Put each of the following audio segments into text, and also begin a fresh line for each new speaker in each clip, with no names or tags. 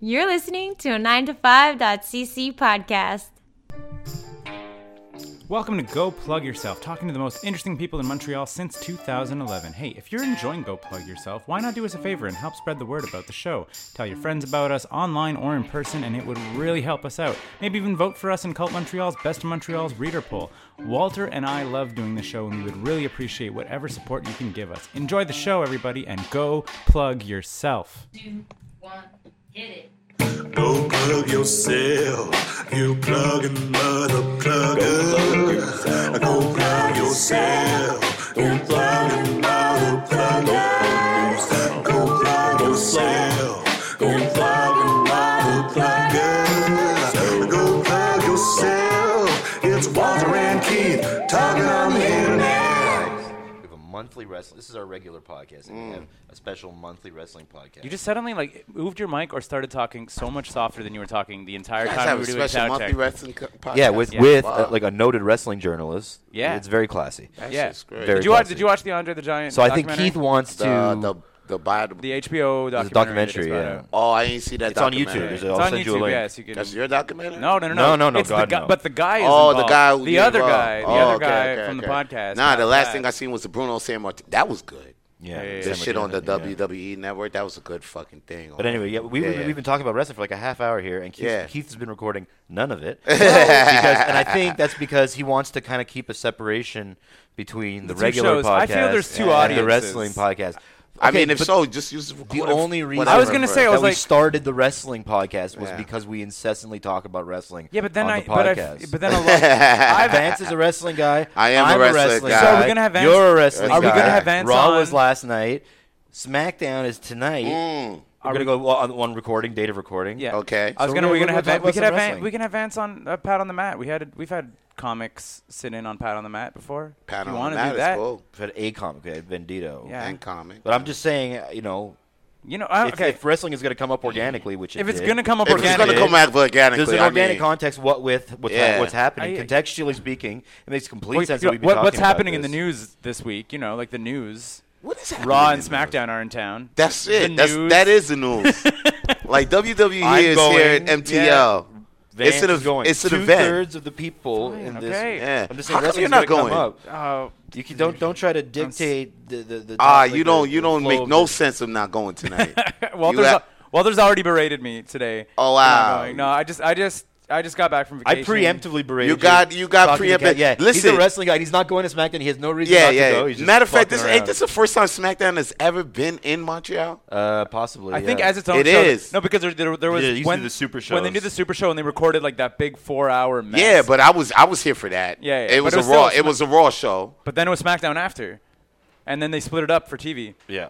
You're listening to a 9to5.cc podcast.
Welcome to Go Plug Yourself, talking to the most interesting people in Montreal since 2011. Hey, if you're enjoying Go Plug Yourself, why not do us a favor and help spread the word about the show? Tell your friends about us online or in person, and it would really help us out. Maybe even vote for us in Cult Montreal's Best of Montreal's Reader Poll. Walter and I love doing the show, and we would really appreciate whatever support you can give us. Enjoy the show, everybody, and go plug yourself.
two, one, hit it.
Go plug yourself, you plugging mother plugger. Go plug yourself, you plugging mother plugger. Go plug yourself, you plugging mother plugger. Go plug yourself. It's Walter and Keith talking on the internet.
We have a monthly wrestling. This is our regular podcast, and we have a special monthly wrestling podcast.
You just suddenly like moved your mic or started talking so much softer than you were talking the entire
Guys
time
have
we were
a
doing
special
sound
monthly
check.
wrestling co- podcast.
yeah, with
Yeah.
with
Wow.
uh, like a noted wrestling journalist.
Yeah.
it's very classy.
That
yeah,
shit's great.
Very
did you watch?
classy.
Did you watch the Andre the Giant?
So I think
documentary?
Keith wants to.
the the the Bible.
the HBO
There's a
documentary. that
documentary, yeah.
it's about
oh, I ain't see that.
it's on
documentary.
YouTube. There's a-
out.
I'll
It's on
send you a
YouTube.
link.
Yes, you can.
That's your documentary.
No, no, no,
No, no, no,
It's the
God,
guy,
no.
But the guy is
Oh, the
involved.
guy. Who
the
you
other
love.
guy, the
Oh,
other
okay,
guy
okay,
from the
okay.
podcast.
Nah, the last
That.
thing I seen was the Bruno San Martin. That was good.
yeah,
yeah,
The
yeah.
Sam
shit on the
Martin, yeah.
WWE network. That was a good fucking thing.
But anyway, yeah, we, we,
Yeah.
we've been talking about wrestling for like a half hour here, and Keith,
Yeah.
Keith has been recording none of it. because, and I think that's because he wants to kind of keep a separation between the,
The two
regular
shows.
podcast
I feel there's two
and
audiences.
the wrestling podcast.
I
Okay,
mean, if
but
so, just use it for
The
what if-
only
what
reason
I was gonna say, I
that
was
we
like-
started the wrestling podcast was
Yeah.
because we incessantly talk about wrestling.
Yeah, but then
on
I,
the
but I,
podcast.
but then a lot. I've,
Vance is a wrestling guy.
I am a
I'm
wrestling guy.
So we're gonna have Vance-
You're a wrestling
Are we
guy.
gonna have Vance
Raw
on?
was last night. SmackDown is tonight.
Mm,
We're gonna go on, on recording date of recording. Oh,
yeah.
okay.
I was
So
gonna.
we're-
We're gonna
we're
have.
gonna
Van-
talk
We
about
can
some
have. Van-
wrestling.
We can have Vance on uh, Pat on the mat. We had. We've had comics sit in on Pat on the mat before.
Pat
if you
on
wanna
that
do
is
that,
cool.
Had a comic, okay, Vendito.
Yeah.
And comic.
But I'm just saying, uh, you know,
you know. I,
if,
okay.
if wrestling is gonna come up organically, which it
If it's
did,
gonna come up
if it's
organically,
gonna come back organically,
There's an
I
organic
mean,
context. What with what's, ha-
Yeah.
what's happening,
I-
contextually speaking, it makes complete
Well,
sense.
you
that
know,
we've been
what-
talking
what's
about
happening in the
this.
news this week? You know, like the news.
What is happening
Raw and
in the world?
SmackDown are in town.
That's
The
it. That's
news.
that is the news. like WWE
I'm
is
going-
here at MTL.
Vance
it's an
is
ev-
going.
it's an
Two
event.
thirds of the people in this.
okay.
Yeah.
I'm just saying,
How come
wrestling's
you're not
gonna come
going?
up.
Oh,
You can, don't don't try to dictate the the. the
Ah,
topic
you
or
don't you
the
don't
flow
make
of
no
this.
sense of not going tonight.
Walter's,
ha-
al- Walter's already berated me today.
Oh,
for not
wow.
going. No, I just I just I just got back from
I
vacation.
preemptively berated
You got- you got
talking to
preemptive-
Kat- Yeah, he's
Listen.
a wrestling guy. and He's not going to SmackDown. He has no reason.
yeah,
not To go.
yeah.
He's just
Matter of fact,
fucking
this ain't
around.
this the first time SmackDown has ever been in Montreal?
uh, possibly.
I think
yeah.
as its own
It
show.
is.
No, because there, there, there was
Yeah, you see
when
the super
when they
shows.
did the super show and they recorded like that big four hour mess.
Yeah, but I was I was here for that.
Yeah, yeah, but
It was
it
a
was still
raw
Smack-
it was a raw show.
but then it was SmackDown after, and then they split it up for TV.
yeah.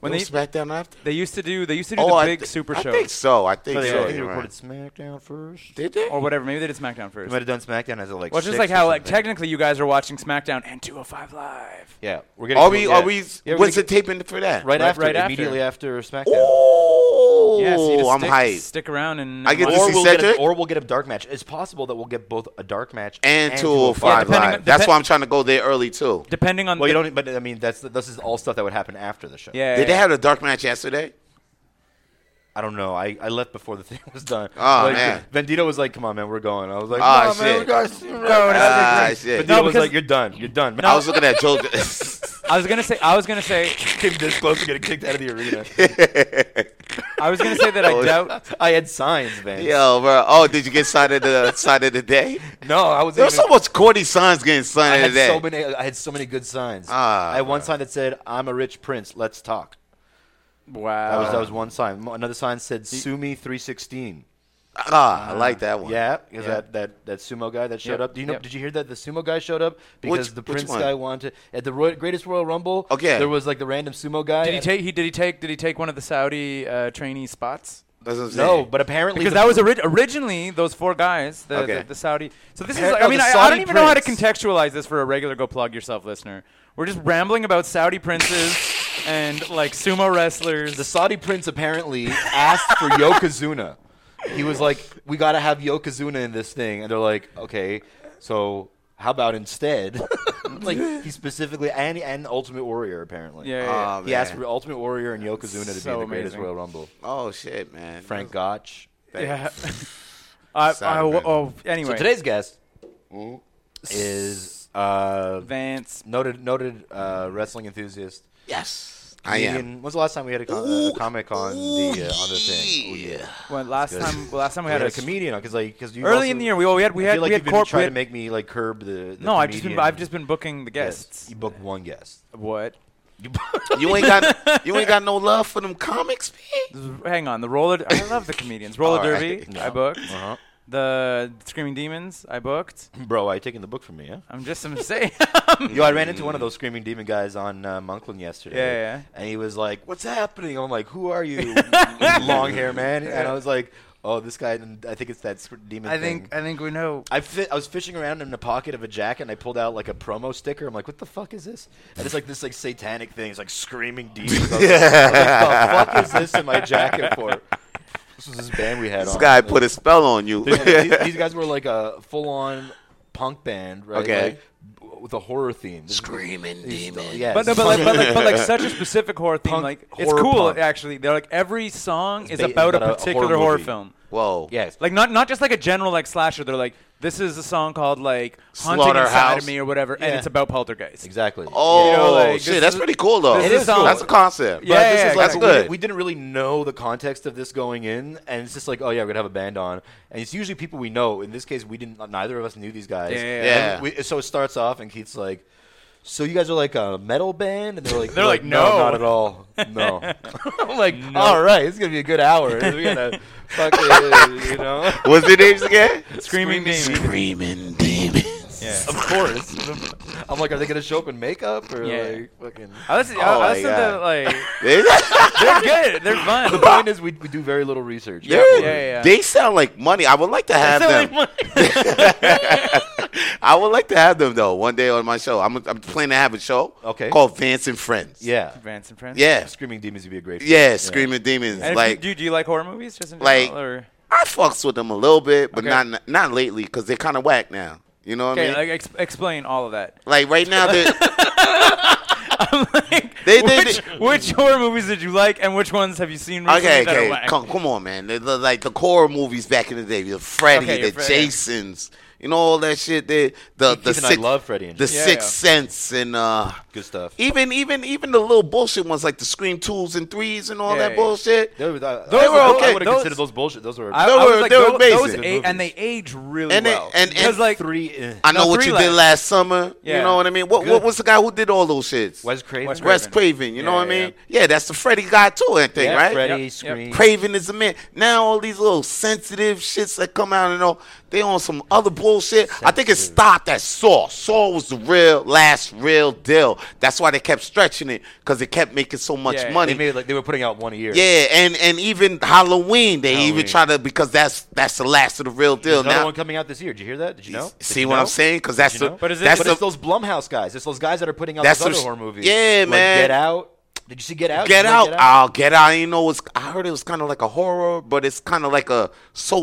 When
It
they
was SmackDown after. Oh,
they used to do they used to do
I
the big
thi-
super
I
show
think so. I think
So they,
so.
I think they
you're right.
recorded SmackDown first.
Did they?
or whatever. Maybe they did SmackDown
They
first.
might have done SmackDown as a like.
well, it's just like
sixth or
how like
something.
technically you guys are watching SmackDown and 205 Live.
Yeah, we're getting.
Are we
yeah.
are we
Yeah, we're
when's the
gonna get-
taping for that?
right after?
right after.
Immediately after SmackDown.
Oh,
yeah, so you just
I'm
stick,
hyped.
Stick around and
I get
watch-
to
or
see
we'll, get a,
Cedric?
or we'll get a dark match. It's possible that we'll get both a dark match
and,
Yeah,
205
depending on-
live. That's
depe-
why I'm trying to go there early too.
depending on
Well, you
the-
don't. But I mean, that's this is all stuff that would happen after the show.
yeah.
Did they have a dark match yesterday?
I don't know. I, I left before the thing was done.
Oh,
like,
man.
Vendito was like, "Come on, man, we're going." I was like,
Ah,
"No, man,
shit.
we got to
Ah, shit.
Vendito
No,
was
because-
like, "You're done. You're done."
I
I
was looking at Joe.
I was gonna say. I was gonna say.
came this close to getting kicked out of the arena.
I was gonna say that I
Oh,
doubt.
I had signs, man.
Yo, bro. Oh, did you get signed of the signed of the day?
No, I was.
There was
even-
so much corny signs getting
I
signed
had
today.
so many. I had so many good signs.
Ah,
I had one sign that said, "I'm a rich prince. Let's talk." That was
Wow.
that was one sign. Mo- Another sign said, "Sue me 316."
ah, I like that one.
Yeah, because
Yeah.
that, that, that sumo guy that
Yep,
showed up. Do you know?
yep.
Did you hear that the sumo guy showed up because the
which
prince
one?
guy wanted to, at the Roy, greatest Royal Rumble?
Okay.
there was like the random sumo guy.
Did he
and-
take? He did he take? Did he take one of the Saudi uh, trainee spots?
That's what I'm saying.
No, but apparently
Because
the-
that was ori- originally those four guys, the,
Okay.
the, the Saudi. So this is.
Appar-
Like, I
no,
mean,
the
I, I
Saudi
don't even know how to
prince.
contextualize this for a regular go plug yourself listener. We're just rambling about Saudi princes and like sumo wrestlers.
the Saudi prince apparently asked for Yokozuna. He was like, "We got to have Yokozuna in this thing," and they're like, "Okay, so." How about instead? like he specifically and and Ultimate Warrior apparently.
Yeah, yeah,
yeah.
he asked
Ah, man.
for Ultimate Warrior and Yokozuna to be
So
in the greatest
amazing.
Royal Rumble.
Oh shit, man.
Frank Gotch.
Yeah. I, I,
Sorry, man.
oh, anyway.
So today's guest
Mm.
is uh,
Vance.
noted noted uh, wrestling enthusiast.
Yes, I am.
Comedian. When's the last time we had a, con- a comic on the uh, on the thing? Ooh,
Yeah.
When last
Good.
time, well, last time we,
We
had,
had a
s-
comedian because like because
Early in the year, we well, we had we
I
had
feel like
we had
you've been trying
corporate.
to make me like curb the. the
no, I've just been
comedian.
I've just been booking the guests.
You booked one guest.
What?
You ain't got you ain't got no love for them comics, man.
Hang on, the roller. I love the comedians.
Oh,
Roller
All
derby.
right.
I booked
Uh-huh.
the screaming demons. I booked.
Bro, I taking the book from me. Yeah.
I'm just I'm saying.
Yo, I ran into one of those screaming demon guys on uh, Monkland yesterday.
Yeah, yeah.
And he was like, "What's happening?" I'm like, "Who are you, long hair man?" And I was like, "Oh, this guy. I think it's that sc- demon."
I
thing.
think I think we know.
I fit, I was fishing around in the pocket of a jacket and I pulled out like a promo sticker. I'm like, what the fuck is this? And it's like this like satanic thing. It's like screaming demons. I was like, what the fuck is this in my jacket for? This was this band we had.
This
on.
guy put a spell on you.
Yeah, these, these guys were like a full-on punk band, right?
Okay.
Like, b- with a horror theme. This is-
Screaming
these-
demon.
Yeah.
But no, but like, but like, but like such a specific horror theme.
Punk-
like it's
horror
cool
punk.
actually. They're like every song is
ba-
about a
about a
particular
horror
horror,
movie.
film.
Whoa.
yes.
Like not not just like a general like slasher. They're like this is a song called like Haunting Inside
Slaughterhouse.
of Me or whatever, and
Yeah.
it's about poltergeist.
Exactly.
Oh
You know, like,
shit,
this
that's
is-
pretty cool though.
this
It is cool.
That's a concept.
Yeah,
But this
yeah,
is like
exactly.
we,
That's
didn't-
good.
we didn't really know the context of this going in, and it's just like, oh yeah, we're gonna have a band on, and it's usually people we know. In this case, we didn't. Neither of us knew these guys.
Yeah, yeah,
yeah.
And we- so it starts off, and Keith's like, "So you guys are like a metal band?" And they're like,
They're like, "No."
not at all. No." I'm like, "All right, it's gonna be a good hour. We're gonna fucking, you know."
What's the names again?
Screaming, demons.
Screaming demons.
Yeah.
Of course. I'm like, are they gonna show up in makeup or
Yeah.
like fucking?
I listen,
Oh
I,
my
I listen to
God.
like
They-
they're good. They're fun.
The point is, we, we do very little research.
they're-
Yeah, yeah.
They sound like money. I would like to have
It's only
them.
one-
I would like to have them though one day on my show. I'm I'm planning to have a show
Okay.
called Vance and Friends.
Yeah.
Vance and Friends.
yeah,
Screaming Demons would be a great.
yeah. Screaming demons.
And if
like
you, do, you- do you like horror movies? Just in general,
like-
or
I fucks with them a little bit, but
Okay.
not not lately because they're kind of whack now. You know what I
okay,
mean?
like
Like,
ex- explain all of that.
right now, they're,
Like,
They- they-
which, which horror movies did you like, and which ones have you seen recently
okay,
that are
okay,
whack?
come, come on, man. They're, the- like the horror movies back in the day, the Freddy,
Okay,
the
Fre- yeah.
Jasons, you know all that shit. They, the the
Keith and I
six,
love Freddy and
the
Jason.
Yeah,
Sixth
yeah.
Sense, and uh,
Good stuff.
even even even the little bullshit ones like the Scream twos and threes and all
Yeah,
that
yeah.
bullshit.
They were, uh, I,
Those were okay.
I would have
Those-
considered those bullshit. Those were
I,
They
I was
were-
like,
they were
tho- those,
amazing.
a- and they age really
And they-
well.
and- uh, and-
because like
three. eh,
I know
No,
what
three
you
left.
did last summer.
Yeah.
You know what I mean? What,
Good.
what was the guy who did all those shits?
Wes Craven.
Wes
Wes Craven. You know
Yeah,
what I
yeah,
mean? Yeah, that's the Freddy guy too. I think
Yeah,
right.
Freddy,
Yep,
Scream.
Craven is a man. Now all these little sensitive shits that come out and all, they on some other bullshit. I think it stopped at Saw. Saw was the real last real deal. That's why they kept stretching it because it kept making so much
Yeah,
They
money.
made like they were putting out one a year.
yeah, and and even Halloween, they
Halloween.
even try to because that's that's the last of the real deal.
There's another
Now
one coming out this year. Did you hear that? Did you know? Did
see
you
what I'm
know?
saying? Because that's
you
the
know?
But is it-
that's
But
the
it's those Blumhouse guys. It's those guys that are putting out
That's
those
what
other
I'm
horror
s-
movies.
yeah,
Like
man.
Get Out. Did you see Get Out?
Get
Did you like
out. Oh, get out. You know, it's, I heard it was kind of like a horror, but it's kind of like a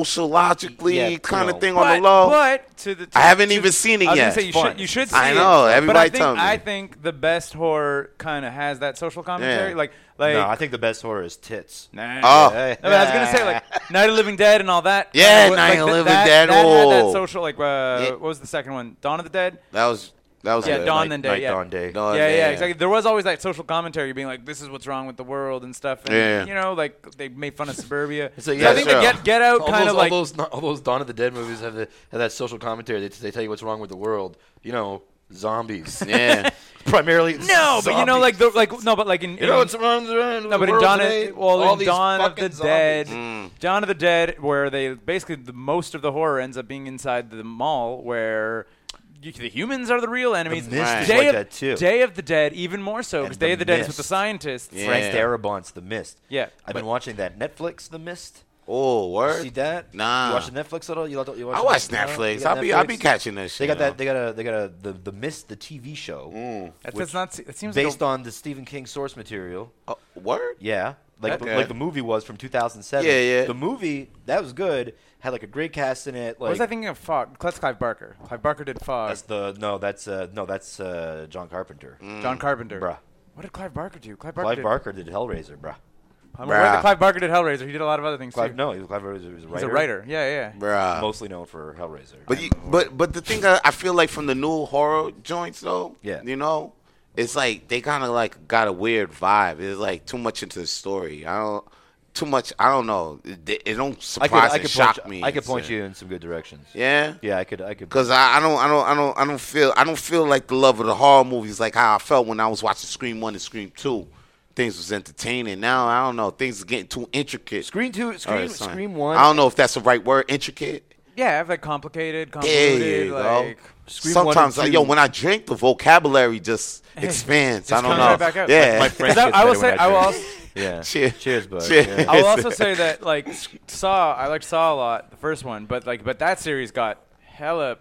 sociologically
Yeah, you
kind
know.
of thing
but,
on the low.
but to the to,
I haven't
to-
even seen it
I was gonna
yet.
Say you,
Fun.
should, you should see
I
it,
know,
but I
everybody
think
tell me.
I think the best horror kind of has that social commentary.
Yeah.
Like like
No, I think the best horror is Tits.
nah.
Oh.
Yeah.
No, but I was gonna say like Night of the Living Dead and all that.
Yeah,
Like,
Night
like,
of
th-
Living
that,
Dead,
That had that
oh.
social like uh,
Yeah.
what was the second one? Dawn of the Dead.
That was that was
Yeah,
good.
Dawn
Night-
and Day.
Night,
yeah.
Dawn, Day.
Dawn,
yeah, yeah,
Oh, yeah.
exactly. There was always that social commentary being like, "This is what's wrong with the world" and stuff. And,
Yeah.
You know, like they made fun of suburbia.
It's like,
So I
yeah,
think
sure.
the Get Get Out
all
kind
those,
of like
all those all those Dawn of the Dead movies have, the, have that social commentary. They, they tell you what's wrong with the world. You know, zombies.
Yeah.
Primarily.
no, but you know,
zombies.
like the like no, but like in,
you know
in-
what's wrong with the world?
No, but in Dawn,
today?
of, well,
all
in
these
Dawn of
fucking
the
zombies.
Dead, Dawn of the Dead, where they basically the most of the horror ends up being inside the mall, where you, the humans are the real enemies.
Mist
is
Day
like
of,
that, too.
Day of the Dead, even more so, because
the
Day of the Dead is with the
Mist.
scientists.
Yeah.
Frank Darabont's The Mist.
Yeah,
I've been watching that Netflix, The Mist. See
Oh, word.
that?
Nah.
You watch the Netflix at all? You, watch- you watch
I
the
watch
Netflix? No? You
Netflix.
got
I'll be I'll be
Netflix?
catching this shit.
They got
you
that. They got a. They got a. The, the Mist, the TV show,
That
Which-
does not. se- That seems
based
like
on the Stephen King source material.
know. Uh, word.
Yeah, like
Okay.
like the movie was from 2007.
Yeah, yeah.
The movie that was good had like a great cast in it. Like
what was I thinking of Fog? That's Clive Barker. Clive Barker did Fog.
that's the no, that's uh, no, that's uh, John Carpenter.
John Carpenter.
mm, Bruh.
What did Clive Barker do? Clive Barker.
Clive
did,
Barker did Hellraiser, bruh.
I'm aware that
Bruh.
Clive Barker did Hellraiser. He did a lot of other things
Clive,
too.
no, he was Clive Barker was a writer.
He's a writer. Yeah, yeah.
Bruh.
mostly known for Hellraiser.
But you, but but the thing I, I feel like from the new horror joints though,
Yeah.
you know, it's like they kind of like got a weird vibe. It's like too much into the story. I don't too much. I don't know. It, it don't
I
surprise
could, I
and
could
shock
point,
me.
I could point
It's, uh,
you in some good directions.
Yeah.
yeah, I could, I could.
Cause I, I don't I don't I don't I don't feel I don't feel like the love of the horror movies like how I felt when I was watching Scream One and Scream Two. Things was entertaining. Now I don't know. Things are getting too intricate.
Scream two,
All
Scream,
right, son.
Scream one.
I don't know if that's the right word. Intricate.
Yeah, I have like complicated,
There
convoluted,
you
like.
go.
Scream one and
Sometimes, like, yo,
two.
when I drink, the vocabulary just expands. I don't
comes
know.
right back out.
Yeah,
My French
Is that-
gets
I will
better when
say- I will
drink.
also-
Yeah.
Cheers.
Cheers, bud.
Cheers.
Yeah.
I will also say that like s- Saw, I liked Saw a lot, the first one, but like but that series got hella.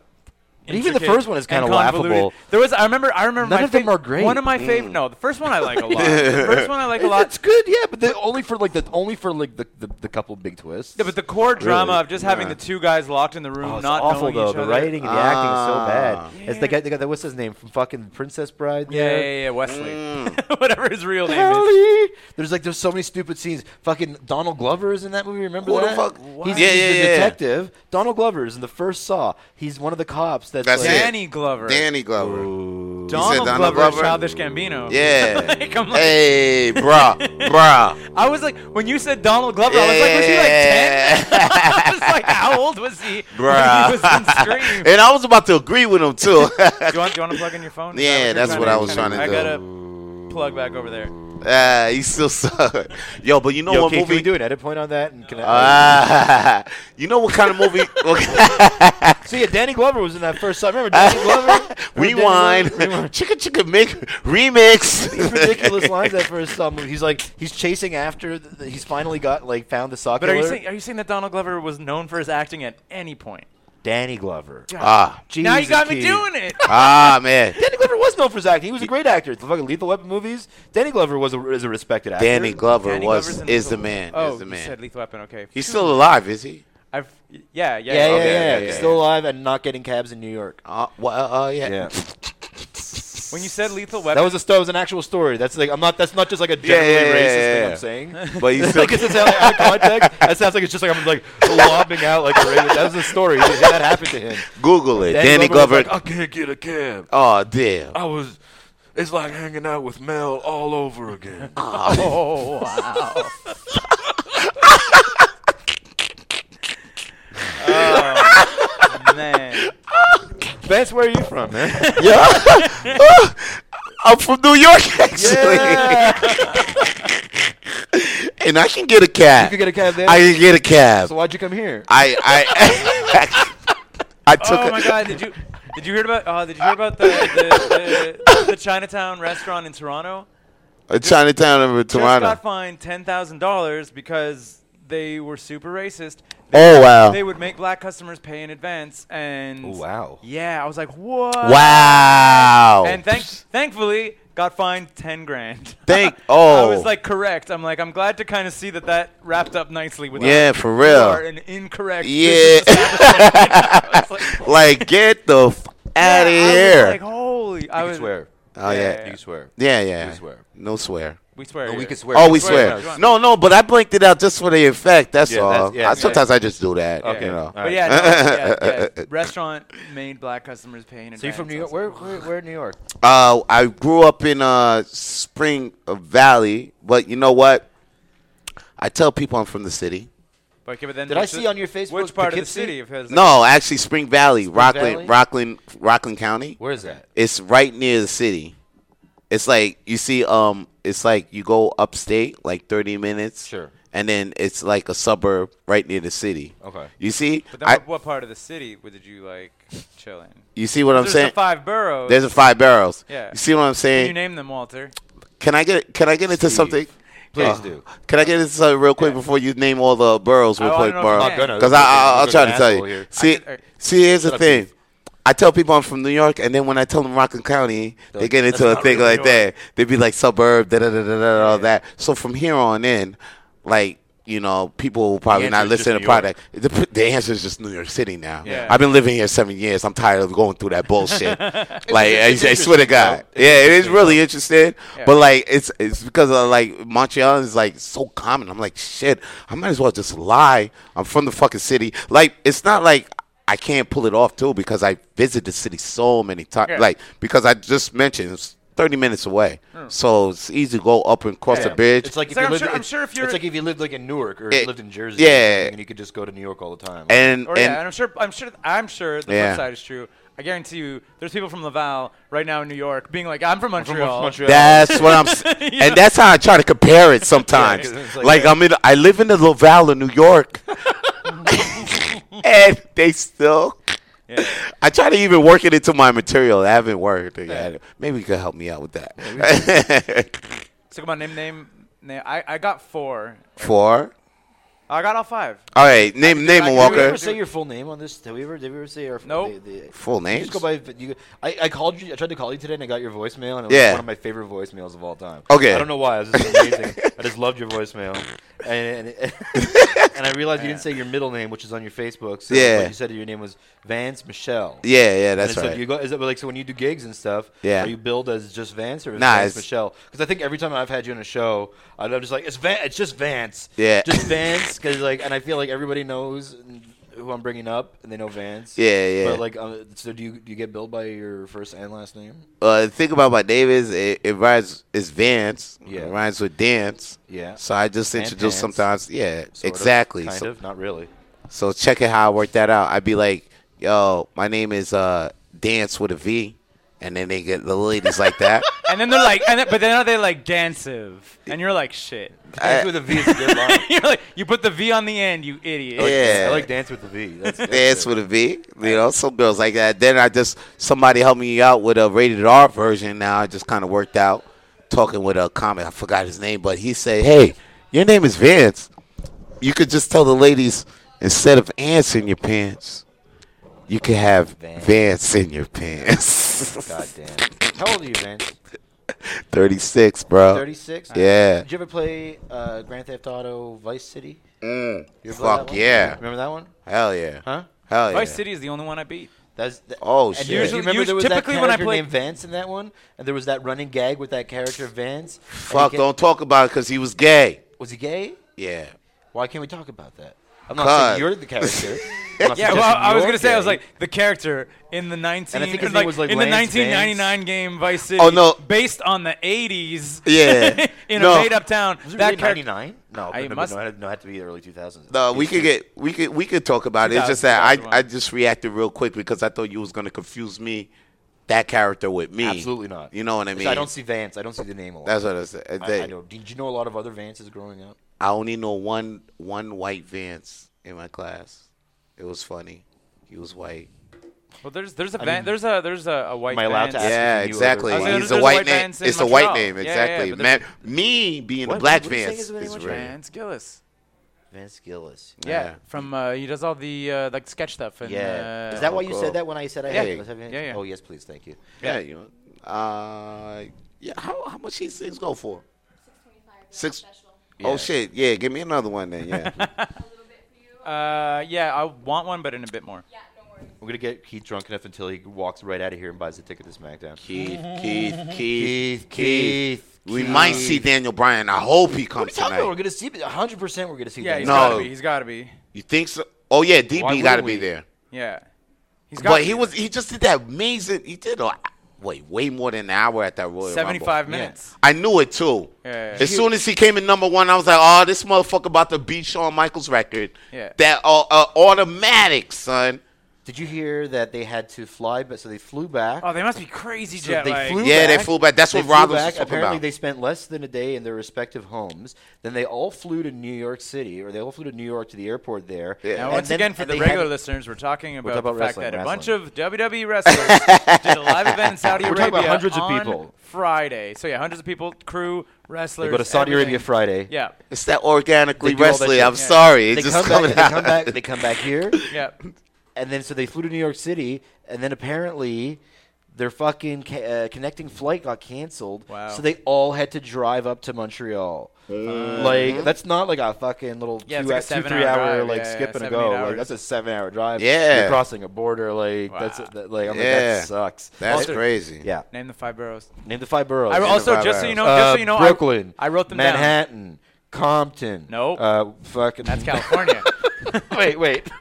And even the
intricate
first one is
and
kinda laughable.
convoluted. There was I remember I remember
None
my
of them
fav-
are great. Mm.
One of my favorite. No, the first one I like a lot. The first one I like a lot.
It's good, yeah, but the, only for like the only for like the, the, the couple big twists.
Yeah, but the core drama
Really?
of just having the two guys locked in the room,
Oh, it's
not
awful
knowing
though.
each
The
other.
writing and the
Ah.
acting is so bad. It's the
Yeah.
guy, the guy that what's his name from fucking Princess Bride.
Yeah, yeah,
there?
yeah, yeah, Wesley,
Mm.
whatever his real name is.
Ellie! There's like there's so many stupid scenes. Fucking Donald Glover is in that movie. Remember
Who the
that?
fuck-
He's,
Yeah,
he's
yeah,
the
yeah.
detective. Donald Glover is in the first Saw. He's one of the cops. That's,
That's
like,
it.
Danny Glover,
Danny Glover.
Ooh.
Donald,
Donald
Glover,
Glover?
Childish Gambino.
Yeah.
Like, I'm like-
hey, bruh, bruh.
I was like, when you said Donald Glover, I was like, was he like ten? I was like, how old was he? When
Bruh.
he was in Scream.
And I was about to agree with him too.
Do you want, do you want to plug in your phone? Is
Yeah,
you're
that's
trying
what
to
I
do?
was trying to
I
do.
gotta plug back over there.
uh, he still suck. Yo, but you know
Yo,
what
Kate,
movie?
can we do an edit point on that? And can I,
Ah, you know what kind of movie?
so yeah, Danny Glover was in that first Saw. Remember Danny Glover? Remember Danny
rewind.
Glover?
Chicka chicka make remix.
These ridiculous lines that first Saw movie. He's like he's chasing after. The, the- he's finally got like found the Saw
But are you
killer.
saying are you saying that Donald Glover was known for his acting at any point?
Danny Glover.
Ah,
now you
Jesus,
got me
Keith.
doing it.
ah, man.
Danny Glover was known for his acting. He was a great actor. The fucking Lethal Weapon movies. Danny Glover was a, is a respected actor.
Danny Glover
Danny
was
Glover's in
is
Lethal-
the man.
Oh,
is the
you
man.
said Lethal Weapon. Okay,
He's still alive, is he?
I've yeah yeah
Yeah, yeah,
Okay,
yeah.
okay, okay.
Still alive and not getting cabs in New York.
Uh, well, uh, uh, yeah.
Yeah,
When you said Lethal
that
Weapon,
was a that was an actual story. That's like I'm not. That's not just like a
Yeah,
generally
yeah, yeah,
racist
yeah,
thing
yeah.
I'm saying.
But he's still
like it's just out of context. That sounds like it's just like I'm like lobbing out like a racist. That was a story. That happened to him.
Google it. Danny, Glover.
Like, I can't get a cab.
oh damn.
I was. It's like hanging out with Mel all over again.
oh wow. oh man.
That's where you from, man?
I'm from New York, actually. and I can get a cab.
You get a cab there.
I can get a cab.
so why'd you come here?
I I I took.
Oh
a-
my god, did you did you hear about uh, did you hear about the the, the, the Chinatown restaurant in Toronto?
A Chinatown over
Just
Toronto.
got fined ten thousand dollars because they were super racist.
Oh
They
wow!
would make black customers pay in advance, and
wow.
yeah, I was like, what?
Wow!
And thank thankfully got fined ten grand.
Thank- oh.
I was like correct. I'm like I'm glad to kind of see that that wrapped up nicely with
yeah, for
You are
real.
an incorrect.
Yeah.
business establishment. I was like,
Like get the f- out of
yeah, I was
here.
like holy, I
You
was.
can swear.
oh
yeah,
yeah,
You can swear.
yeah, yeah.
You swear.
No swear.
We swear.
Oh, we
here.
can swear.
Oh, we
swear
swear.
if you want.
No, no, but I blanked it out just for the effect. That's
Yeah,
all.
that's- yeah,
I,
yeah.
sometimes I just do that.
Okay.
You know.
All
But
right.
yeah, no, yeah, yeah. restaurant made black customers pay in advance.
So you from New York? Where, where, where in New York?
Uh, I grew up in uh Spring uh, Valley, but you know what? I tell people I'm from the city.
But, okay, but then
Did I
which-
see on your Facebook
Which part of the
Poughkeepsie?
city? If it's like-
No, actually, Spring Valley, Rockland,
Valley?
Rockland, Rockland County.
Where is that?
It's right near the city. It's like you see, um, it's like you go upstate like thirty minutes,
Sure.
and then it's like a suburb right near the city.
Okay.
you see,
But then
I,
what, what part of the city w- did you like chill in?
you see what I'm
There's
saying?
the five boroughs.
There's a five barrels.
Yeah.
you see what
Can you
I'm saying?
name them, Walter?
Can I get can I get into something?
Please
Uh,
do.
Can I get into something real quick before you name all the boroughs real
I wanna
quick,
know if
bro?
you can. I'm not
gonna.
Because I, I,
You're
I'll
gonna
try
be
to
an
tell you.
asshole here.
See,
I could-
see, here's the
Shut up,
thing.
Keith.
I tell people I'm from New York, and then when I tell them Rockland County, they get into a thing like that. They'd be like suburb, da da da da da, all that. So from here on in, like you know, people will probably
The
not
answer is
listen to
just New York.
product. The, the answer is just New York City now.
Yeah.
I've been living here seven years. I'm tired of going through that bullshit. like I, I swear to God, yeah, it is really interesting. But like it's it's because of, like Montreal is like so common. I'm like shit. I might as well just lie. I'm from the fucking city. Like it's not like I can't pull it off too because I visit the city so many times.
Yeah.
Like because I just mentioned it's thirty minutes away, so it's easy to go up and cross the bridge.
It's like if
like,
you
I'm
lived,
sure- I'm
it's-
sure if you're-
it's like if you lived like in Newark or if
It-
you lived in Jersey,
yeah.
and you could just go to New York all the time.
and
Or yeah, and I'm
and
sure I'm sure I'm sure the
Yeah.
flip side is true. I guarantee you, there's people from Laval right now in New York being like, "I'm from Montreal."
Montreal.
that's what I'm, s- and that's how I try to compare it sometimes.
'cause it's
like
like,
I'm in, I live in the Laval of New York, and they still.
Yeah.
I try to even work it into my material. I haven't worked it yet. Maybe you could help me out with that.
So come on, name name name. I, I got four.
Four.
I got all five.
All right, name name
I
a
can
Did we
Walker.
ever say your full name on this? Did we ever? Did we ever say our
Nope.
The, the,
Full
you
names.
just go by. You, I, I called you. I tried to call you today, and I got your voicemail, and it was
Yeah.
one of my favorite voicemails of all time.
Okay.
I don't know why. It was just amazing. I just loved your voicemail, and and, and I realized you didn't say your middle name, which is on your Facebook. So
Yeah.
but you said your name was Vance Michelle.
Yeah, yeah, that's
and so
right.
do you go, is it like so when you do gigs and stuff?
Yeah.
Are you billed as just Vance or is
Nah,
Vance
it's-
Michelle? Because I think every time I've had you on a show, I'm just like it's Van, it's just Vance.
Yeah.
Just Vance, because like, and I feel like everybody knows who I'm bringing up, and they know Vance.
Yeah, yeah.
But like, um, so do you do you get billed by your first and last name?
uh, the thing about my name is it, it rhymes is Vance.
Yeah.
It rhymes with dance.
Yeah.
So I just
And
introduce
pants.
sometimes. Yeah,
Sort of,
exactly.
kind
so,
of, not really.
so check it how I work that out. I'd be like, yo, my name is uh, Dance with a V, and then they get the ladies like that.
And then they're like, and then, but then are they like dancive? And you're like, shit.
Dance with a V is a good line.
you're like, you put the V on the end, you idiot.
yeah.
I like dance with the V. That's, that's
dance
it.
with a V. You know, some girls like that. Then I just somebody helped me out with a rated R version. Now I just kind of worked out talking with a comic. I forgot his name, but he said, "Hey, your name is Vance. You could just tell the ladies instead of ants in your pants, you could have
Vance.
Vance in your pants."
God damn. How old are you, Vance?
Thirty six, bro.
Thirty six.
Oh. Yeah.
Did you ever play uh, Grand Theft Auto Vice City? You ever play
Fuck
that one?
yeah.
Remember that one?
Hell yeah.
Huh?
Hell yeah.
Vice City is the only one I beat.
That's th-
Oh,
and
shit.
you- you
Usually-
remember there
usually-
was that
typically when I
character
play-
named Vance in that one, and there was that running gag with that character Vance. and he
Fuck,
kept-
don't talk about it because he was gay.
Was he gay?
Yeah.
Why can't we talk about that? I'm not
Cause-
saying you're the character. I'm not
Yeah,
suggesting
well, I was
you're
gonna say I was
gay.
like the character in the nineteen
And I think his
in,
name
like,
was, like,
in the
Lance Vance.
1999 game Vice City.
Oh, no.
based on the 80s.
Yeah.
in
No.
a made-up town.
Was it
that
really
character.
99? No,
I
no,
must-
no, no, it had- no, it had to be the early 2000s.
No, we could get we could we could talk about it. It's just that I, I
2001.
just reacted real quick because I thought you was gonna confuse me, that character with me.
Absolutely not.
You know what I
Because
mean?
I don't see Vance. I don't see the name a lot.
That's what I said. I,
I, I don't. Did you know a lot of other Vances growing up?
I only know one one white Vance in my class. It was funny. He was white.
Well, there's there's a van, there's a there's a, a white.
Am I allowed
Vance.
to ask
Yeah,
if you
exactly.
I
ever-
was gonna-
He's a
there's a
white
white
name.
Vance in
It's a white
Montreal.
name,
Yeah, yeah,
exactly.
yeah, but there's-
Ma- me being a
What-
black
what do you think
Vance
is
is,
the name of
rare.
Vance Gillis.
Vance Gillis.
Yeah,
Yeah.
from uh, he does all the uh, like sketch stuff. And,
Yeah.
uh,
Is that why you
cool.
said that when I said I
Yeah.
had? was having-
Yeah, yeah.
Oh yes, please, thank you.
Yeah, you know. Uh, yeah. How how much these things go for? Six. Oh shit! Yeah, give me another one then. Yeah.
Uh, yeah, I want one, but in a bit more.
We're gonna get Keith drunk enough until he walks right out of here and buys a ticket to SmackDown.
Keith, Keith, Keith,
Keith,
Keith.
Keith,
We
Keith.
might see Daniel Bryan. I hope
What are
he comes
you talking about? We're
tonight.
gonna see. 100 percent, we're gonna see.
Yeah,
that.
he's
No.
gotta be. He's gotta be.
You think so? Oh yeah,
Why
DB
wouldn't
got to be
we?
there.
Yeah, he's
But
gotta
he
be.
was he just did that amazing. He did a, wait way more than an hour at that Royal Rumble.
75 minutes.
I knew it too.
Yeah.
As soon as he came in number one, I was like, "Oh, this motherfucker about to beat Shawn Michaels' record."
Yeah.
That uh, uh, automatic, son.
Did you hear that they had to fly, but so they flew back.
Oh, they must be crazy
So
jet
they
lag.
flew
Yeah, they
back.
flew back. That's
They
what Rob
flew
was
back.
talking
Apparently,
about.
they spent less than a day in their respective homes. Then they all flew to New York City, or they all flew to New York to the airport there.
Yeah.
Now,
And
once
then-
again, for
and
the
they had-
regular listeners, we're talking about,
talking about
the fact that
wrestling,
a bunch
wrestling.
of WWE wrestlers did a live event in Saudi
We're
Arabia
talking about hundreds of
on
people.
Friday. So yeah, hundreds of people, crew, wrestlers.
They go to Saudi
everything.
Arabia Friday.
Yeah,
It's that organically
They do all that
wrestling.
shit.
I'm
Yeah.
sorry, it
They
just
come, back,
coming
they come
out.
back. They come back here.
yeah.
and then so they flew to New York City, and then apparently their fucking ca- uh, connecting flight got canceled.
Wow.
So they all had to drive up to Montreal. Like that's not like a fucking little
Uh-huh. Yeah, it's
two,
like a
uh, two,
seven-hour
three hour,
drive.
like
Yeah, yeah,
skip and a
seven,
go.
eight hours.
Like that's a seven hour drive.
Yeah.
You're crossing a border. Like that's that, like I'm like,
Yeah.
that sucks.
That's
Also-
crazy.
yeah.
Name the five boroughs.
Name the five boroughs.
I also
five
just so you know,
Uh,
just so you know, I-
Brooklyn.
I, wrote them down.
Manhattan, Compton.
Nope.
Uh, fucking.
That's California.
wait, wait.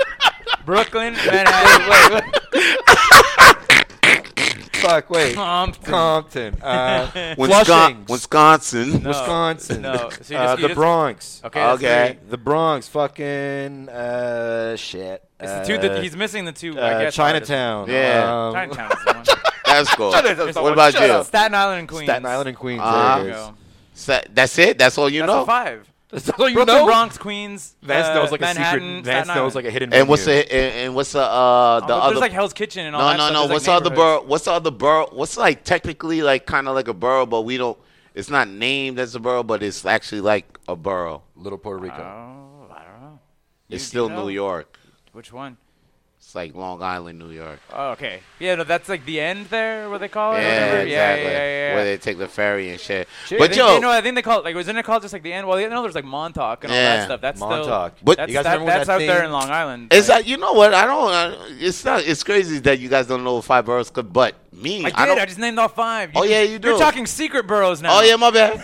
Brooklyn, Manhattan,
wait, wait. Fuck, wait.
Compton.
Compton. Uh,
Wisconsin.
Flushing.
Wisconsin.
No.
Wisconsin.
No, so you just-
uh,
you
the
just-
Bronx.
Okay. that's
Okay.
three.
The Bronx. Fucking uh, shit.
It's
uh,
the two that he's missing the two.
uh,
I guess
Chinatown.
Yeah.
Um,
Chinatown is the one.
That's cool.
up,
what
someone.
about
Shut
you?
up.
Staten Island and Queens.
Staten Island and Queens. Ah.
Uh-huh.
there
There
it
you
is.
go.
Sa- That's it. That's all you
That's
know.
a five.
That's all you
Brooklyn,
know?
Bronx, Queens.
Vance
uh,
knows like
Manhattan,
a
Staten
secret. Vance knows
Island.
like a hidden.
And what's the
menu.
and, and what's the uh the
Oh,
other
there's like Hell's Kitchen and all
no
that
no
stuff.
no
There's,
what's the
like
other borough
neighborhoods.
what's the other borough what's like technically like kind of like a borough but we don't it's not named as a borough but it's actually like a borough
Little Puerto Rico.
Oh, I don't know.
it's
You-
still
you know?
New York
Which one?
it's like Long Island New York
Oh, okay. Yeah, no, that's like the end there, what they call it. or
yeah
whatever.
exactly
Yeah, yeah, yeah.
where they take the ferry and shit
I
but
think,
yo
you know, I think they call it like wasn't it called just like the end? Well, you know, there's like Montauk and all
Yeah,
that stuff. That's
Montauk.
Still,
But-
that's,
You
guys
that-
remember when
that's
that
out there
thing-
in Long Island.
It's
like-
like, you know what? I don't. I, it's not. It's crazy that you guys don't know five boroughs, 'cause- but me,
I
I,
did. I,
don't.
just named all five.
Oh, yeah, you do.
You're talking secret boroughs now.
oh yeah, my bad.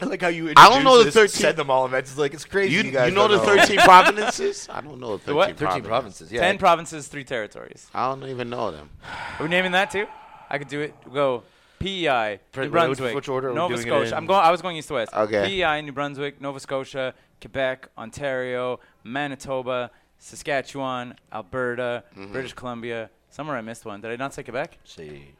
I like how you.
I don't know the
introduced this,
13
Said them all, and that's like it's crazy.
You,
You,
you,
guys
know the
don't
thirteen provinces? I don't know
The
the thirteen,
what? Thirteen
provinces.
provinces. Yeah.
Ten provinces, three territories.
I don't even know them.
Are we naming that too? I could do it. Go. PEI, New
Which-
Brunswick,
which order are we
Nova
doing it
Scotia.
in?
I'm going. I was going east to west.
Okay.
PEI, New Brunswick, Nova Scotia, Quebec, Ontario, Manitoba, Saskatchewan, Alberta, British Columbia. Somewhere I missed one. Did I not say Quebec?
see.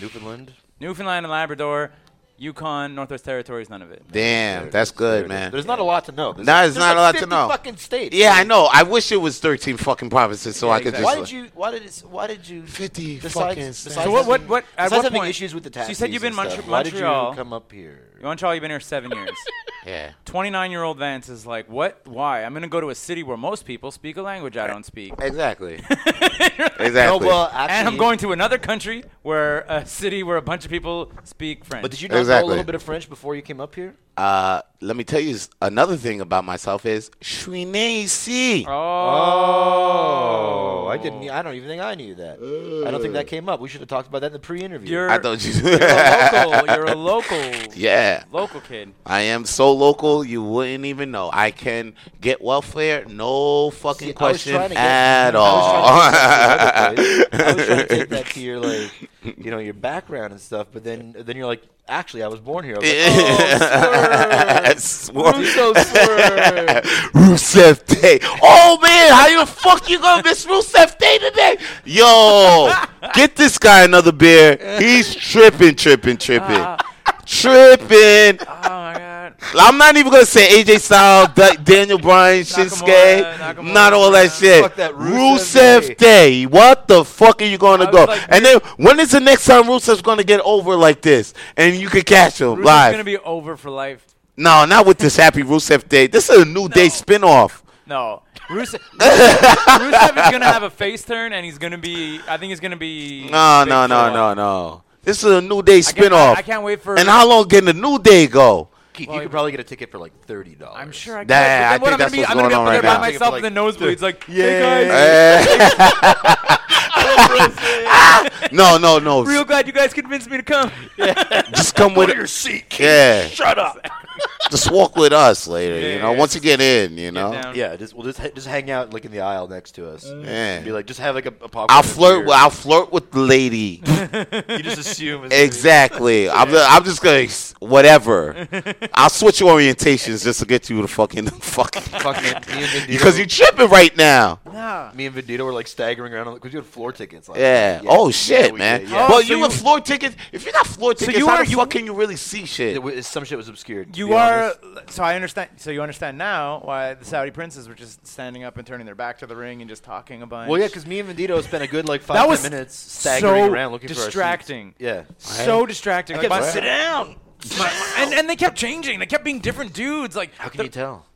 Newfoundland.
Newfoundland and Labrador, Yukon, Northwest Territories. None of it.
Damn, that's good, man.
There's not a lot to know. There's,
No, it's
there's
not
like
a lot to
50
know.
Fucking states.
Yeah, I know. I wish it was thirteen fucking provinces so I could
exactly.
just.
Why did you? Why did it? Why did you?
Fifty
Besides,
fucking
besides,
states.
So what- what-
having-
what- at
besides
what
having
point-
issues with the
So you
taxes.
said you've been
and stuff,
Montre-
Why did you
Montreal.
come up here?
Montreal, you've been here seven years.
Yeah.
29 year old Vance is like, what? Why? I'm going to go to a city where most people speak a language I don't speak.
Exactly.
No,
exactly.
well, actually,
And I'm going to another country where a city where a bunch of people speak French.
But did you not know
Exactly.
a little bit of French before you came up here?
uh, let me tell you s- another thing about myself is Chouinesi.
Oh.
I didn't. e- I don't even think I knew that. I don't think that came up. We should have talked about that in the pre-interview.
You're,
I thought you.
you're a local. You're a local.
yeah.
Local kid.
I am so local, you wouldn't even know. I can get welfare, no fucking
See, I was
question
trying to get-
at all.
I was trying to take that to the other place. I was trying to take that to your like, you know, your background and stuff. But then, then you're like, actually, I was born here. I was like, "Oh,
Swerve.
Russo swerve.
Rusev Day. Oh man, how the fuck you gonna miss Rusev Day today? Yo, get this guy another beer. He's tripping, tripping, tripping, tripping.
Oh, my God.
I'm not even gonna say AJ Styles, Da- Daniel Bryan, Shinsuke,
Nakamura, Nakamura.
not all that shit.
Fuck that
Rusev,
Rusev
Day. What the fuck are you gonna
I
go?
was like,
and then when is the next time Rusev's gonna get over like this? And you can catch him
It's
live.
going to be over for life.
no, not with this Happy Rusev Day. This is a New Day spinoff.
No. Rusev, Rusev is going to have a face turn, and he's going to be. I think he's going to be.
No,
big
no,
for a
no,
while.
no, no. This is a New Day
I can't- I,
spinoff.
I can't wait for.
and how long can the New Day go?
you could probably get a ticket for like thirty dollars.
I'm sure I could.
Nah,
but then
I
what I'm
think
gonna
that's
be,
what's
I'm gonna
going on
be up
right
there
now.
by myself in the nosebleeds, like, yeah,
Eh. no, no, no.
real glad you guys convinced me to come.
Just come with
Your seat, kid.
Yeah.
Shut up.
just walk with us later. you know,
Yeah.
once you get in, you know,
down.
Yeah, just well, just ha- just hang out like in the aisle next to us.
Yeah.
Be like, just have like a, a popcorn.
I'll
and
flirt.
beer.
With, I'll flirt with the lady.
You just assume. it's-
exactly. I'm. the- I'm just gonna ex- whatever. I'll switch your orientations just to get you to fucking fucking
Fucking me and Vin Diesel-
because you tripping right now.
me and Vendito were like staggering around because you had floor tickets. Like,
Yeah. Oh shit,
we
man.
did, yeah.
Oh,
But
so
you
you-
with floor tickets. If you got floor tickets,
you
how
are-
the
you-
fuck can you really see shit?
It wa- some shit was obscured. to
You
be
are
honest.
so I understand. So you understand now why the Saudi princes were just standing up and turning their back to the ring and just talking a bunch.
Well, yeah, because me and Vendito spent a good like five
That
ten
was
minutes staggering
so
around looking
distracting.
for our seats.
so distracting. Like,
kept
my-
saying,
my- and and they kept changing. They kept being different dudes. Like
Yeah. How can
the-
you tell?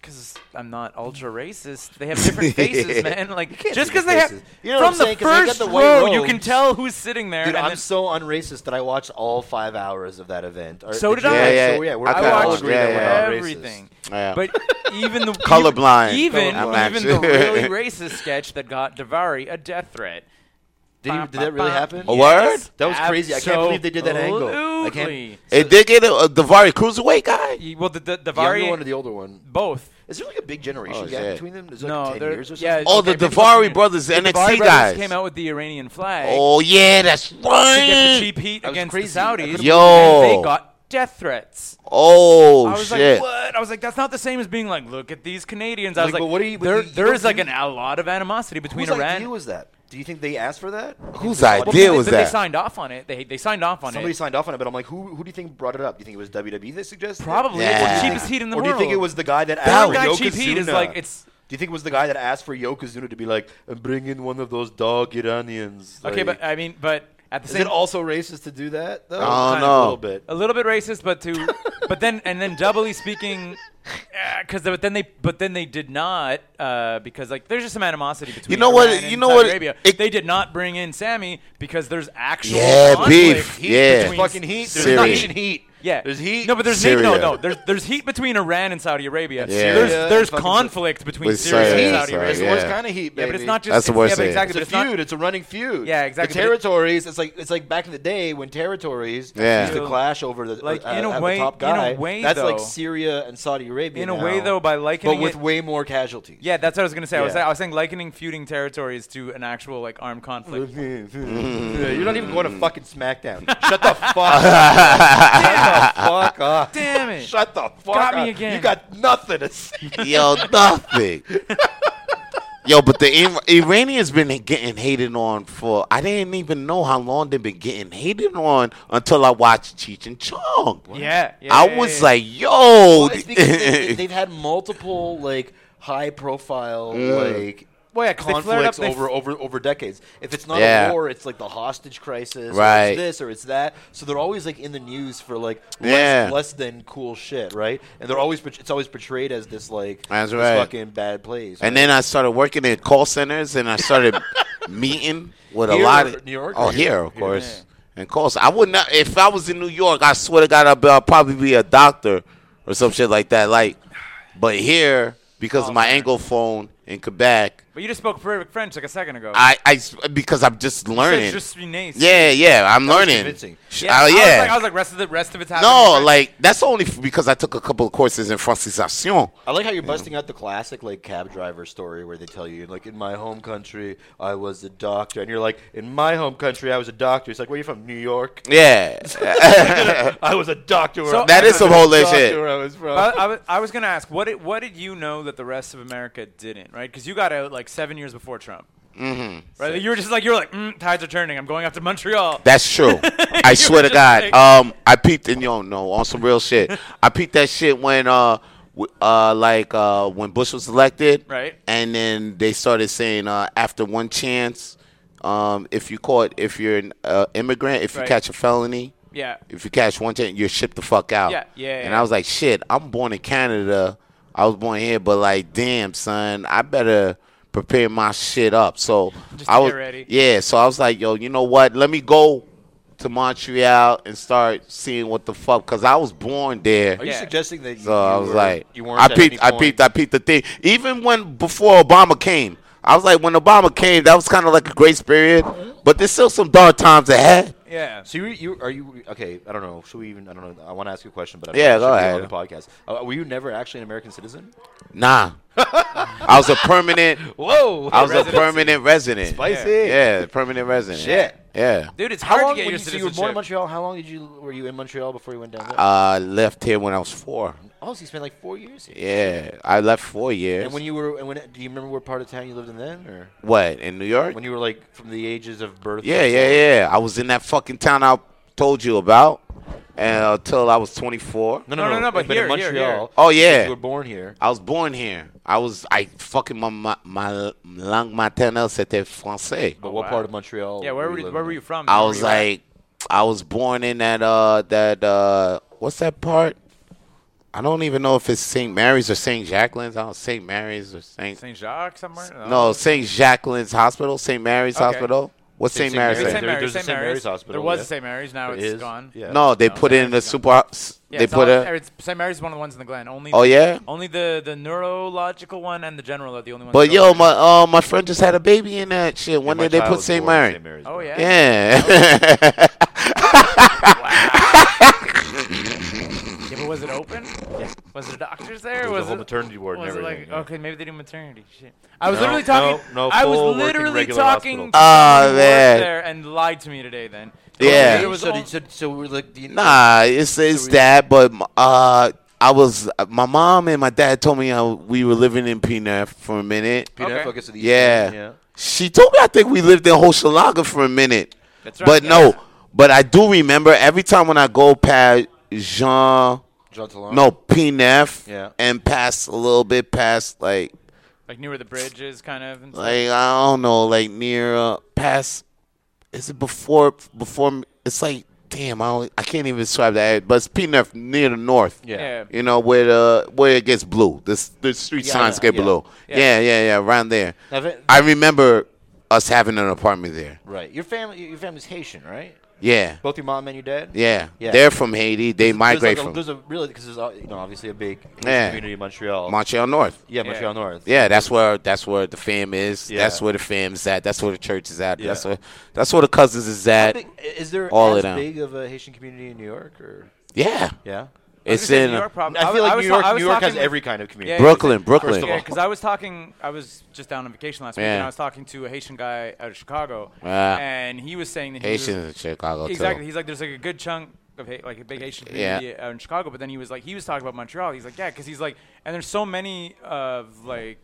because I'm not ultra racist. They have different faces, man. Like
can't
just
be
because they have
racist. You know what
from
I'm
the
saying? 'Cause they got
first
the white
row, you
robes.
can tell who's sitting there.
Dude,
and
I'm
then-
so unracist that I watched all five hours of that event. Or-
So did I.
yeah,
Yeah,
So
yeah.
yeah, we're
I
all
watched
agree that
yeah,
we're not racist.
everything.
Yeah.
But even the
Colorblind.
even
Colorblind.
even the really racist sketch that got Davari a death threat.
Did, you, did that really happen?
A word?
That was crazy. I can't believe they did that angle. I can't-
Absolutely.
It did get a, a Davari Cruiserweight guy.
Well, the, the
The younger one or
Davari
the older one?
both.
Is there like a big generation
Oh,
gap
shit.
between them? Is it
No,
like ten
they're-
years or
yeah,
something?
Oh,
they
the
did the
Davari
fucking-
brothers, the NXT
Davari
guys.
brothers came out with the Iranian flag
oh yeah, that's
to get the
right.
cheap heat
That was
against
crazy.
the
I
Saudis.
couldn't
Yo.
and they got death threats. I
Oh
was
shit.
like, what? I was like, that's not the same as being like, look at these Canadians. I was
Like,
like,
but what do you- but
there,
you- you
there
don't
is like
do-
an, a lot of animosity between
Whose
Iran.
idea was that? Do you think they asked for that?
Whose
Well,
idea
they,
was
they
that?
signed off on it. They they signed off on
Somebody
it.
signed off on it, but I'm like, who who do you think brought it up? Do you think it was WWE that suggested? it?
Probably
Yeah.
it's
Or do
the
you
cheapest heat in the
or do
world.
you think it was the guy that
That
asked
guy
for
cheap heat is
Yokozuna?
like it's
Do you think it was the guy that asked for Yokozuna to be like, bring in one of those dog Iranians?
okay,
Like,
but I mean, but at the
is
same
it also racist to do that? Though?
Oh,
Kind of
no.
a little bit.
a little bit racist, but to but then and then doubly speaking, because but then they but then they did not uh, because like there's just some animosity between
You know
Iran
what-
and
you know
Saudi
what-
Arabia.
it-
they did not bring in Sammy because there's actual
Yeah,
conflict
beef.
Heat
Yeah.
between-
Fucking heat. There's
Syria.
not even heat.
Yeah,
There's heat.
No, but there's heat, no,
Syria.
no. There's there's heat between Iran and Saudi Arabia.
Syria.
There's there's
Fucking-
conflict between
With
Syria
Syria,
and
heat.
Saudi
Syria,
Arabia.
It's the worst
yeah.
kind of heat,
Yeah, but it's
baby.
not just
That's the
it's-
worst
yeah, but
thing.
exactly,
It's a
but it's
feud. It's a running feud.
Yeah, exactly, but
The
it-
territories. It's like it's like back in the day when territories
Yeah.
used to clash over the
Like,
uh,
in a
uh,
way-
the top
in a
guy.
way,
that's like
though-
Syria and Saudi Arabia.
In a
now,
way, though, by likening
but with
it-
way more casualties.
Yeah, that's what I was gonna say. I was
Yeah.
I was saying likening feuding territories to an actual like armed conflict.
Yeah, You're not even going to fucking SmackDown. Shut the fuck up. Shut the fuck up.
Damn it!
Shut the fuck
Got
up.
me again.
You got nothing to say.
Yo, nothing. Yo, but the Im- Iranians been getting hated on for. I didn't even know how long they've been getting hated on until I watched Cheech and Chong.
Yeah, yeah,
I
yeah,
was
yeah.
like, yo.
It's because they, they've had multiple like high profile like
Well, yeah, 'cause they flared up-
conflicts
they f-
over over over decades. If it's not
Yeah.
a war, it's like the hostage crisis, Or
Right.
it's this or it's that. So they're always like in the news for like less,
Yeah.
less than cool shit, right? And they're always portray- it's always portrayed as this like
That's
this
right.
fucking bad place.
and then I started working in call centers and I started meeting with a
Here
lot
or
of.
New York
Oh,
or
here,
here?
of course. And course, I would not. If I was in New York, I swear to God, I'd, be, I'd probably be a doctor or some shit like that. Like, but here, because
Oh,
of my anglophone in Quebec,
But you just spoke perfect French like a second ago.
I, I s- because I'm just
Said
learning.
just be nice.
yeah, yeah, I'm learning.
convincing.
Sh-
Yeah,
uh,
I was
yeah.
like- I was like, rest of the rest of it's happening. in
no,
French.
like that's only f- because I took a couple of courses in francisation.
I like how you're busting out the classic like cab driver story where they tell you like in my home country I was a doctor, and you're like in my home country I was a doctor. It's like where are you from? New York.
Yeah,
I was a doctor. Where
So-
so,
that is some whole lit shit.
Where I was from.
But I, was, I was gonna ask, what did, what did you know that the rest of America didn't, right? Because you got out like seven years before Trump, mm-hmm. right? You were just like, you were like, mm, tides are turning. I'm going up to Montreal.
That's true. I swear to
just
God.
like-
um, I peeped and yo no on some real shit. I peeped that shit when uh. w- Uh, like uh, when Bush was elected,
Right.
And then they started saying uh, after one chance, um, if you caught, if you're an uh, immigrant, if you
Right.
catch a felony,
yeah,
if you catch one chance, you're shipped the fuck out.
Yeah, yeah,
And
yeah.
I was like, shit, I'm born in Canada. I was born here, but like, damn, son, I better prepare my shit up. So
Just
I
get
was,
ready.
yeah. So I was like, yo, you know what? Let me go to Montreal and start seeing what the fuck, cause I was born there.
Are Oh, you
Yeah.
suggesting that you,
So I
you
was
were-
like,
you weren't?
I
at
peeped,
any
I
point-
peeped, I peeped the thing. Even when before Obama came, I was like, when Obama came, that was kind of like a grace period, but there's still some dark times ahead.
yeah.
So you, you are you okay? I don't know. Should we even? I don't know. I want to ask you a question, but I
Yeah,
don't know,
go
should we
ahead.
on the podcast. Uh, were you never actually an American citizen?
Nah, I was a permanent.
Whoa!
I was a permanent resident.
spicy.
Yeah, permanent resident.
Shit.
Yeah.
Dude, it's
How
hard
long?
to get
when
your
you, so you were
citizenship.
born in Montreal. How long did you were you in Montreal before you went down there?
I left here when I was four.
oh, so you spent like four years here.
Yeah, I left four years.
And when you were, and when do you remember what part of town you lived in then, or
what in New York?
when you were like from the ages of birth?
yeah, yeah, yeah. I was in that fucking town I told you about and, until I was 24.
No, no,
No,
no,
no, no, but
in
here, here,
Montreal.
here.
Oh, yeah.
you were born here.
I was born here. I was I fucking my my, my langue maternelle c'était français.
But what
Oh, wow.
part of Montreal?
yeah, where were you,
living
where were
in?
you from?
I
Where
was
were you at?
like, I was born in that uh that uh what's that part? I don't even know if it's St. Mary's or St. Jacqueline's. I don't St. Mary's or St.
St. Jacques somewhere?
No, St. Jacqueline's Hospital, St. Mary's
uh, Okay.
Hospital. What's
St.
St. Mary's?
Mary's.
at?
St.
There-
Mary's,
there's a
St.
St. Mary's
Mary's.
hospital,
There was
yeah.
a St. Mary's. Now
It
it's
is,
gone.
Yeah.
No, they put it in
Mary's
the
gone.
super. s-
Yeah,
they
it's
put
all-
a.
it's- St. Mary's is one of the ones in the Glen. Only.
Oh, yeah?
Only the the neurological one and the general are the only ones.
But
that
yo,
open.
my uh, my friend just had a baby in that shit. When
My
did they
child
put
was
St.
born in
Mary?
St. Mary's,
Oh
bro.
yeah.
Yeah.
Yeah, but was it open? Yeah. Was there doctors there?
was a
was
whole
it
maternity ward and
Was it like
everything, yeah.
okay, maybe they do maternity shit. I was
No,
literally talking.
no, no,
I
full
was
working
literally
regular
talking. to
hospital.
Ah,
someone who worked
man.
There and lied to me today. Then.
Yeah.
It was
so,
on-
did- so, so we're like, the,
Nah, it's it's that, but uh, I was my mom and my dad told me how we were living in Pinaf for a minute.
Peanut
Okay.
focus of the
Yeah.
East End,
She told me I think we lived in Hochelaga for a minute.
That's right,
But
yeah.
no, but I do remember every time when I go past Jean,
John Talon.
no Pinef,
Yeah.
and past a little bit past like
like near where the bridge is, kind of. And stuff.
like I don't know, like near uh, past. Is it before before? It's like damn, I don't, I can't even describe that. But it's Pinef near the north.
Yeah.
yeah.
You know where the where it gets blue. The s- the street
Yeah,
signs
yeah,
get
yeah.
blue.
Yeah.
Yeah. yeah, yeah, Around there.
Now, if it-
I remember us having an apartment there.
Right. Your family, your family's Haitian, right?
Yeah,
Both your mom and your dad.
yeah.
Yeah.
They're from Haiti. They
There's
migrate
like a,
from
There's a really because there's uh, you know obviously a big Haitian
Yeah.
community in Montreal.
Montreal North.
yeah, Montreal North.
Yeah, that's where that's where the fam is.
Yeah.
That's where the fam's at. That's where the church is at.
Yeah.
That's where that's where the cousins is
How
at.
big, is there
all
as
it out.
big of a Haitian community in New York or
Yeah,
yeah?
it's
say
in
New York probably.
Um, I,
was-
feel like
was
New
ta-
York,
I was
New York has
talking with-
every kind of community.
Yeah,
Brooklyn, Brooklyn.
of
Yeah,
all.
because I was talking, I was just down on vacation last week, and
Yeah.
I was talking to a Haitian guy out of Chicago,
Ah.
and he was saying that he was-
Haitians in Chicago
Exactly.
too.
He's like, there's like a good chunk of hate, like a big Asian community out in Chicago. But then he was like, he was talking about Montreal. He's like, yeah, because he's like, and there's so many of like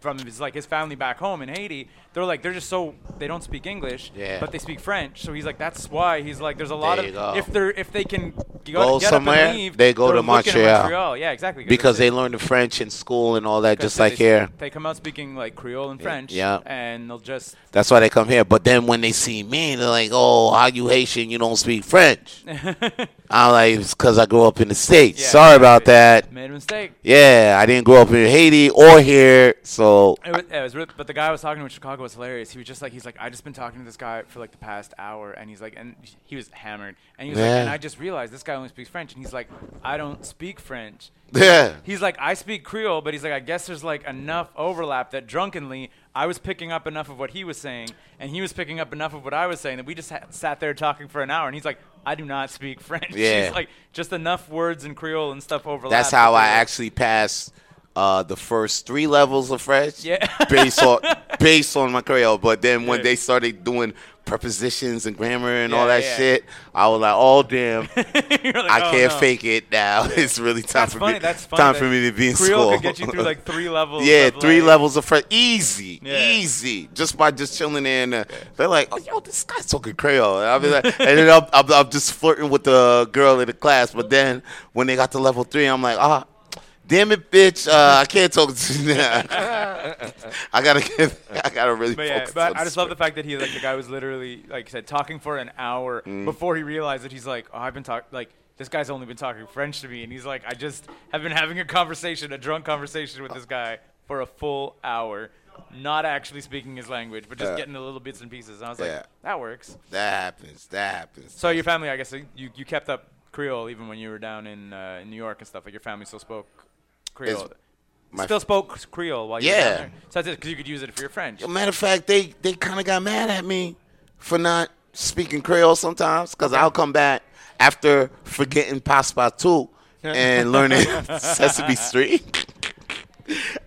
from his like his family back home in Haiti. They're like, they're just so they don't speak English,
Yeah.
but they speak French. So he's like, that's why he's like, there's a lot
There you
of
go.
if they're if they can go,
Go
get up
somewhere,
and leave,
they go
they're
to
looking at
Montreal.
Montreal. Yeah, exactly.
Because
they.
they learn the French in school and all that,
'Cause
just like
they,
here.
They come out speaking like Creole and French.
yeah.
And they'll just
That's why they come here. But then when they see me, they're like, "Oh, how you Haitian? You don't speak French?" I'm like, "It's because I grew up in the states.
Yeah,
Sorry about
exactly.
that.
made a mistake.
Yeah, I didn't grow up in Haiti or here, so
It was, it was really, but the guy I was talking to in Chicago was hilarious. He was just like, he's like, I just been talking to this guy for like the past hour, and he's like, and he was hammered, and he was like,
Yeah.
and I just realized this guy only speaks French, and he's like, I don't speak French.
yeah,
He's like, I speak Creole, but he's like, I guess there's like enough overlap that drunkenly I was picking up enough of what he was saying, and he was picking up enough of what I was saying that we just ha- sat there talking for an hour. And he's like, I do not speak French.
Yeah.
He's like, just enough words in Creole and stuff overlap.
that's how
that
I
we were-
actually passed uh, the first three levels of French.
Yeah.
based on based on my Creole. But then when
Yeah.
they started doing prepositions and grammar and all
Yeah,
that
yeah.
shit, I was like, "Oh damn."
You're like,
I
"Oh,
can't
no."
fake it now. It's really time
That's
for
funny.
me.
That's funny.
time
that
for me to be in
Creole
school.
could get you through like three levels.
Yeah,
of,
three
like-
levels of French. Easy,
Yeah.
easy. Just by just chilling there, and uh, they're like, "Oh, yo, this guy's talking Creole." And I'll be like, and then I'm, I'm, I'm just flirting with the girl in the class. But then when they got to level three, I'm like, "Ah, damn it, bitch! Uh, I can't talk to you now. I gotta get, I gotta really
But yeah,
focus."
but
on
I
this
just love the
one.
fact that he like the guy was literally like I said talking for an hour
Mm.
before he realized that he's like, oh, I've been talking like this guy's only been talking French to me, and he's like, I just have been having a conversation, a drunk conversation
Uh.
with this guy for a full hour, not actually speaking his language, but just
Yeah.
getting the little bits and pieces. And I was
Yeah.
like, that works.
that happens. That happens.
So your family, I guess, uh, you you kept up Creole even when you were down in uh, in New York and stuff. Like your family still spoke Creole.
my
still spoke Creole while you were
Yeah.
down there. So that's it, because you could use it for your French.
A matter of fact, they they kind of got mad at me for not speaking Creole sometimes because I'll come back after forgetting Passepartout and learning Sesame Street.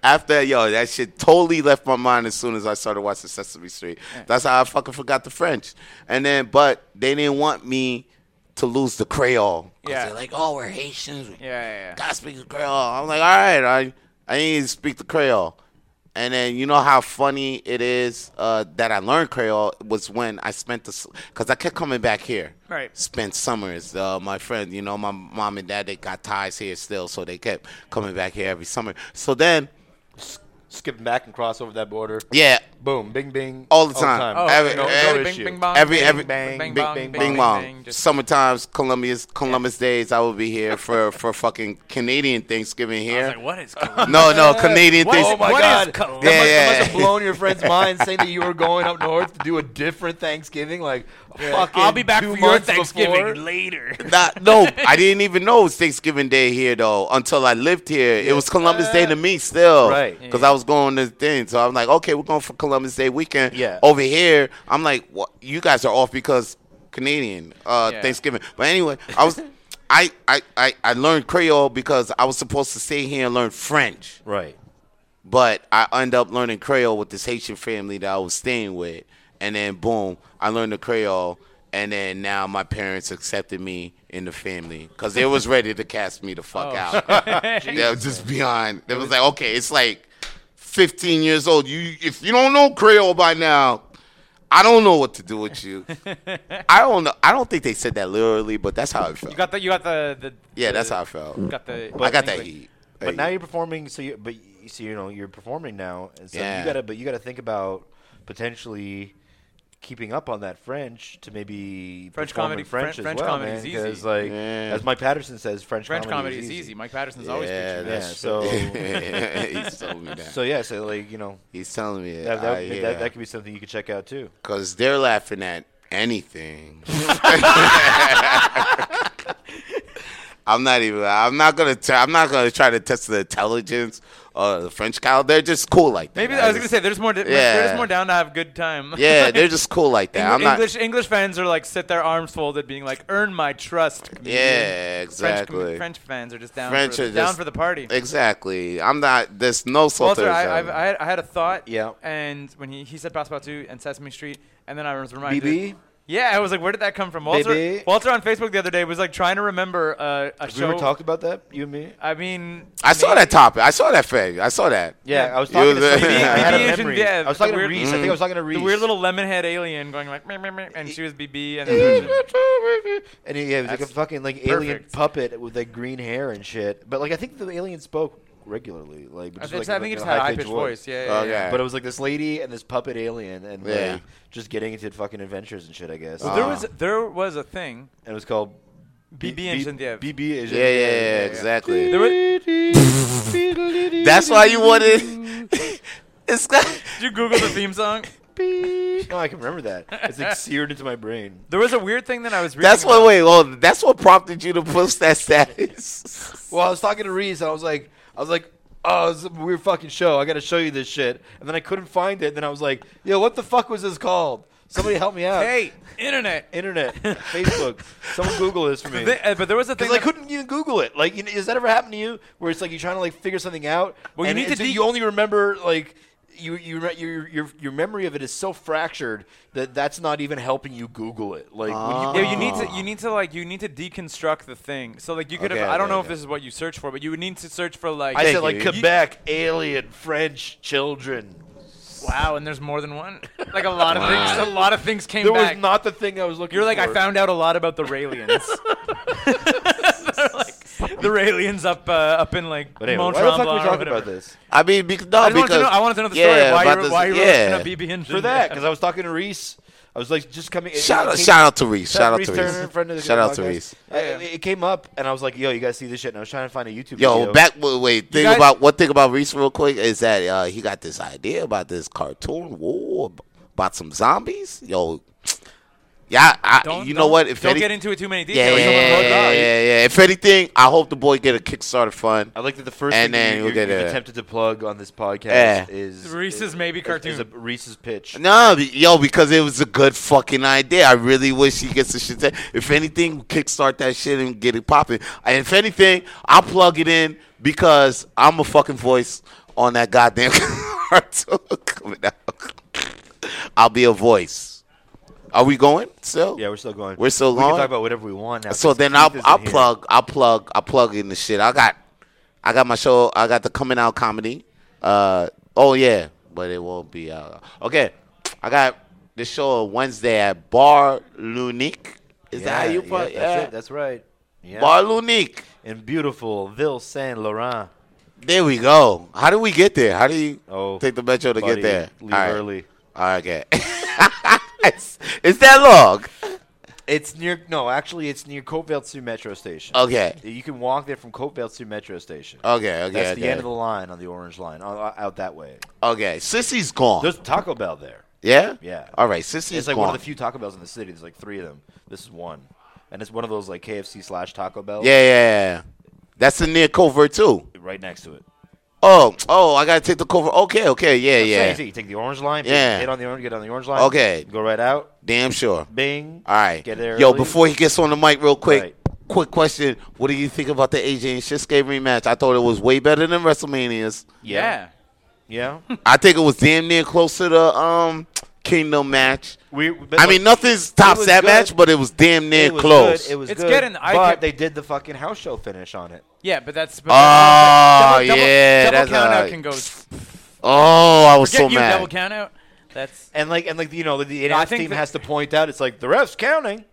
After yo, that shit totally left my mind as soon as I started watching Sesame Street. That's how I fucking forgot the French. And then, but they didn't want me to lose the Creole. 'Cause
Yeah.
they're like, oh, we're Haitians. We
Yeah, yeah, yeah.
I speak the Creole. I'm like, all right, I I need to speak the Creole. And then you know how funny it is uh, that I learned Creole was when I spent the because I kept coming back here.
Right.
Spent summers. Uh, my friend, you know, my mom and dad they got ties here still, so they kept coming back here every summer. So then, s-
skip back and cross over that border.
Yeah,
Boom, bing, bing,
All the time.
Oh,
Every-
okay. No- no
every-
bing,
issue.
bing, bong,
every-
bing,
every-
bing, bing,
bing,
bong,
bing,
bing,
Bing
bing,
bong.
just-
Summertime's Columbus Columbus days. I will be here for for fucking Canadian Thanksgiving
I was
here.
like, what is going on?
No, no, Canadian
What,
Thanksgiving.
oh my
what
God!
is Colombia?
that must,
Yeah,
that must have
yeah.
blown your friend's mind, saying that you were going up north to do a different Thanksgiving. Like, fucking
I'll be back
two
for your
months
Thanksgiving
before.
later.
Not- no, I didn't even know it was Thanksgiving Day here though until I lived here. It was Columbus Day to me still,
Right.
Because I was going to the thing, so I'm like, okay, we're going for Columbus Day weekend.
Yeah.
Over here, I'm like, what? You guys are off because Canadian uh,
Yeah.
Thanksgiving. But anyway, I was, I, I, I, I learned Creole because I was supposed to stay here and learn French.
Right.
But I end up learning Creole with this Haitian family that I was staying with, and then boom, I learned the Creole, and then now my parents accepted me in the family because they was ready to cast me the fuck
Oh.
out. they was just beyond. They was like, okay, it's like 15 years old. You if you don't know Creole by now. I don't know what to do with you. I don't know. I don't think they said that literally, but that's how I felt.
You got the, you got the, the
yeah,
the-
that's how I felt.
Got the,
I got that
English.
heat.
Mm. But
Hey.
now you're performing, so you, but you, so you know you're performing now, and so
Yeah.
you gotta, but you gotta think about potentially keeping up on that French to maybe
French
perform in
comedy-
French,
Fren-
as
French
well,
comedy
man,
is
'cause,
easy.
like
Yeah.
as Mike Patterson says, French,
French comedy is
is
easy. Mike Patterson's always
yeah,
preaching that.
that's
Yeah,
true.
so-
He's told me that.
So yeah, so like you know
He's telling me
that
Ah,
that, would- that, that
that
could be something you could check out too.
because they're laughing at anything. I'm not even. I'm not gonna. T- I'm not gonna try to test the intelligence or the French cow. They're just cool like that.
Maybe I was gonna
just-
say there's more. Yeah.
Yeah.
There's more down to have good time.
Yeah, they're just cool like that. I'm not.
English English fans are like sit their arms folded, being like, "Earn my trust." comedian."
yeah,
French, com-
exactly.
French fans are just down
French
for,
are
down
just-
for the party.
Exactly. I'm not. There's no sort
Walter, I, I've,
of.
I, had, I had a thought.
Yeah.
And when he, he said Passepartout and Sesame Street, and then I was reminded.
BB,
Yeah, I was like, where did that come from? Walter,
BB?
Walter on Facebook the other day was like trying to remember uh, a
we
show.
ever talked about that, you and me.
I mean,
I saw that topic. I saw that thing. I saw that.
Yeah, I was
You
talking
was-
to somebody.
BB
I had a
agent,
memory.
yeah,
I was
the
talking
weird-
to Reese. I
Mm-hmm.
think I was talking to Reese.
the weird little lemon head alien going like, meh, meh, meh, and she was BB, and then
And he- yeah, he was like a
That's
fucking like alien
perfect.
puppet with like green hair and shit. But like I think the alien spoke regularly. Like
I
just,
think,
like,
I think
like,
it just
a
had a high
high-pitched
pitched voice. Yeah, yeah,
Okay.
yeah.
But it was like this lady and this puppet alien and like,
Yeah.
just getting into fucking adventures and shit. I guess. Uh,
There was there was a thing.
and it was called
BB and Genevieve.
BB and
Yeah, yeah, yeah,
Genevieve.
exactly.
There was, did
That's why you wanted. it's got.
you Google the theme song?
No, I can remember that. It's like seared into my brain.
There was a weird thing that I was. Reading
That's
about.
what. Wait, well, that's what prompted you to post that status.
Well, I was talking to Reese, and I was like, I was like, oh, it's a weird fucking show. I got to show you this shit. And then I couldn't find it. Then I was like, yo, what the fuck was this called? Somebody help me out.
Hey, internet.
internet, Facebook, someone Google this for me.
Th- uh, but there was a thing.
Because I
that-
couldn't even Google it. Like, you know, has that ever happened to you? Where it's like you're trying to like figure something out,
Well, you
and
need to
it's-
de-
you only remember like you you re- your your your memory of it is so fractured that that's not even helping you Google it. Like, when
Yeah, you need to you need to like you need to deconstruct the thing. So like you could have
Ah. Okay,
I don't
okay,
know if
okay.
this is what you search for, but you would need to search for like
I said like
You-
Quebec, alien, French, children.
wow, and there's more than one. Like a lot of things a lot of things came
There
back.
was not the thing I was looking.
You're like I
for.
found out a lot about the Raelians. They're like the Raelians up uh, up in like
But anyway, why
Mont
the fuck are we
Tremblant or
talking about
whatever.
this?
I mean, because no,
I just wanted
Oh, because
to know. I wanted to know the story.
yeah,
why
about
you're
this-
why you're
yeah.
looking up BB and
For that, because I was talking to Reese. I was like just coming.
Shout
it
out,
came-
shout out to Reese. Shout out
Reese
to
Turner, friend of the
Reese. Shout out to
podcast.
Reese.
I- it came up, and I was like, "Yo, you guys see this shit?" And I was trying to find a YouTube.
Yo,
video.
back. Wait, wait thing
guys-
about one thing about Reese, real quick, is that uh, he got this idea about this cartoon war about some zombies. Yo, yeah, I,
Don't,
you know
don't-
what? If
don't
any,
get into it too many
yeah,
details. You
yeah,
don't
yeah,
wanna blow it
yeah,
up.
yeah. If anything, I hope the boy get a Kickstarter fund.
I like that the first
And
and
then
thing
we'll
you,
get
you,
a-
have attempted to plug on this podcast
Yeah.
is
Reese's
is-
maybe
is-
cartoon.
Is a Reese's pitch.
No, be- yo, because it was a good fucking idea. I really wish he gets the shit. That, if anything, kickstart that shit and get it popping. And if anything, I'll plug it in because I'm a fucking voice on that goddamn cartoon coming out. I'll be a voice. Are we going still?
Yeah, we're still going.
We're still
we can
going?
talk about whatever we want now.
So
'cause
then
Keith
I'll
isn't
I'll
here.
plug I'll plug I'll plug in the shit. I got I got my show. I got the coming out comedy. Uh oh yeah, but it won't be out. Okay, I got this show on Wednesday at Bar Lunique. Is that how you
yeah,
put?
That's,
Yeah,
it, that's right. Yeah.
Bar Lunique.
and beautiful Ville Saint Laurent.
There we go. How do we get there? How do you
Oh,
take the metro to
buddy,
get there?
leave
All right.
early.
All right, okay. it's, it's that long.
It's near. No, actually, it's near Coatbeltsu Metro Station.
Okay.
You can walk there from Coatbeltsu Metro Station.
Okay, okay.
That's
okay.
the end of the line on the orange line, o- o- out that way.
Okay, Sissy's gone.
There's Taco Bell there.
yeah?
Yeah.
All right, Sissy's
It's like
gone.
one of the few Taco Bells in the city. There's like three of them. This is one, and it's one of those like KFC slash Taco Bell.
yeah, yeah, yeah. That's the near covert, too.
right next to it.
Oh, oh, I got to take the covert. Okay, okay, yeah,
That's
yeah.
easy. You take the orange line.
Yeah.
Hit on the orange. Get on the orange line.
Okay.
Go right out.
Damn sure.
Bing.
All right.
Get there.
Yo,
early.
before he gets on the mic, real quick,
Right.
quick question. What do you think about the AJ and Shinsuke rematch? I thought it was way better than WrestleMania's.
Yeah. Yeah.
I think it was damn near close to the um Kingdom match.
we. but
I
look,
mean, nothing's
it
tops
was
that
good.
match, but it was damn near
It was
close.
Good. It was
It's
good.
getting- I
but
could-
they did the fucking house show finish on it.
Yeah, but that's. But
Oh,
double, double,
Ah, yeah,
Double
that's
count out
a-
can go.
oh, I was
Forget
so
you, double
mad.
count out. That's.
And like and like you know the, the
No, I
announce
think
team
that-
has to point out it's like the refs counting,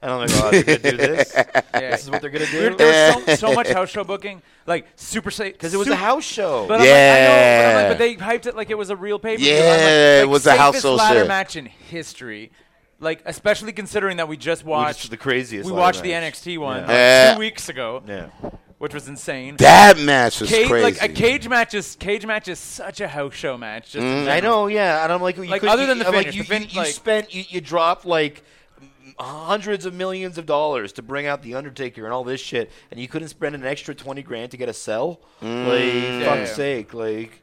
and I'm like, oh, they're gonna do this.
Yeah.
This is what they're gonna
There
do.
there was so, so much house show booking, like super safe
Because it was a house show.
But I'm
Yeah.
like, I know, but, I'm like, but they hyped it like it was a real pay per view.
Yeah, it was a house show
ladder
shit.
match in history. Like especially considering that we just watched
the craziest
We
ladder
watched the
match.
NXT one like,
Yeah.
two weeks ago,
yeah.
which was insane.
That match was
Cage,
crazy.
like a cage match is cage match is such a house show match. Just
Mm-hmm.
in
I
general.
know, yeah, and I'm like, you
Like,
couldn't-
other than the
I'm
finish,
like, you,
the fin-
you- you
like-
spent, you, you dropped like m- hundreds of millions of dollars to bring out the Undertaker and all this shit, and you couldn't spend an extra twenty grand to get a cell. like,
Yeah,
fuck's
yeah.
sake, like,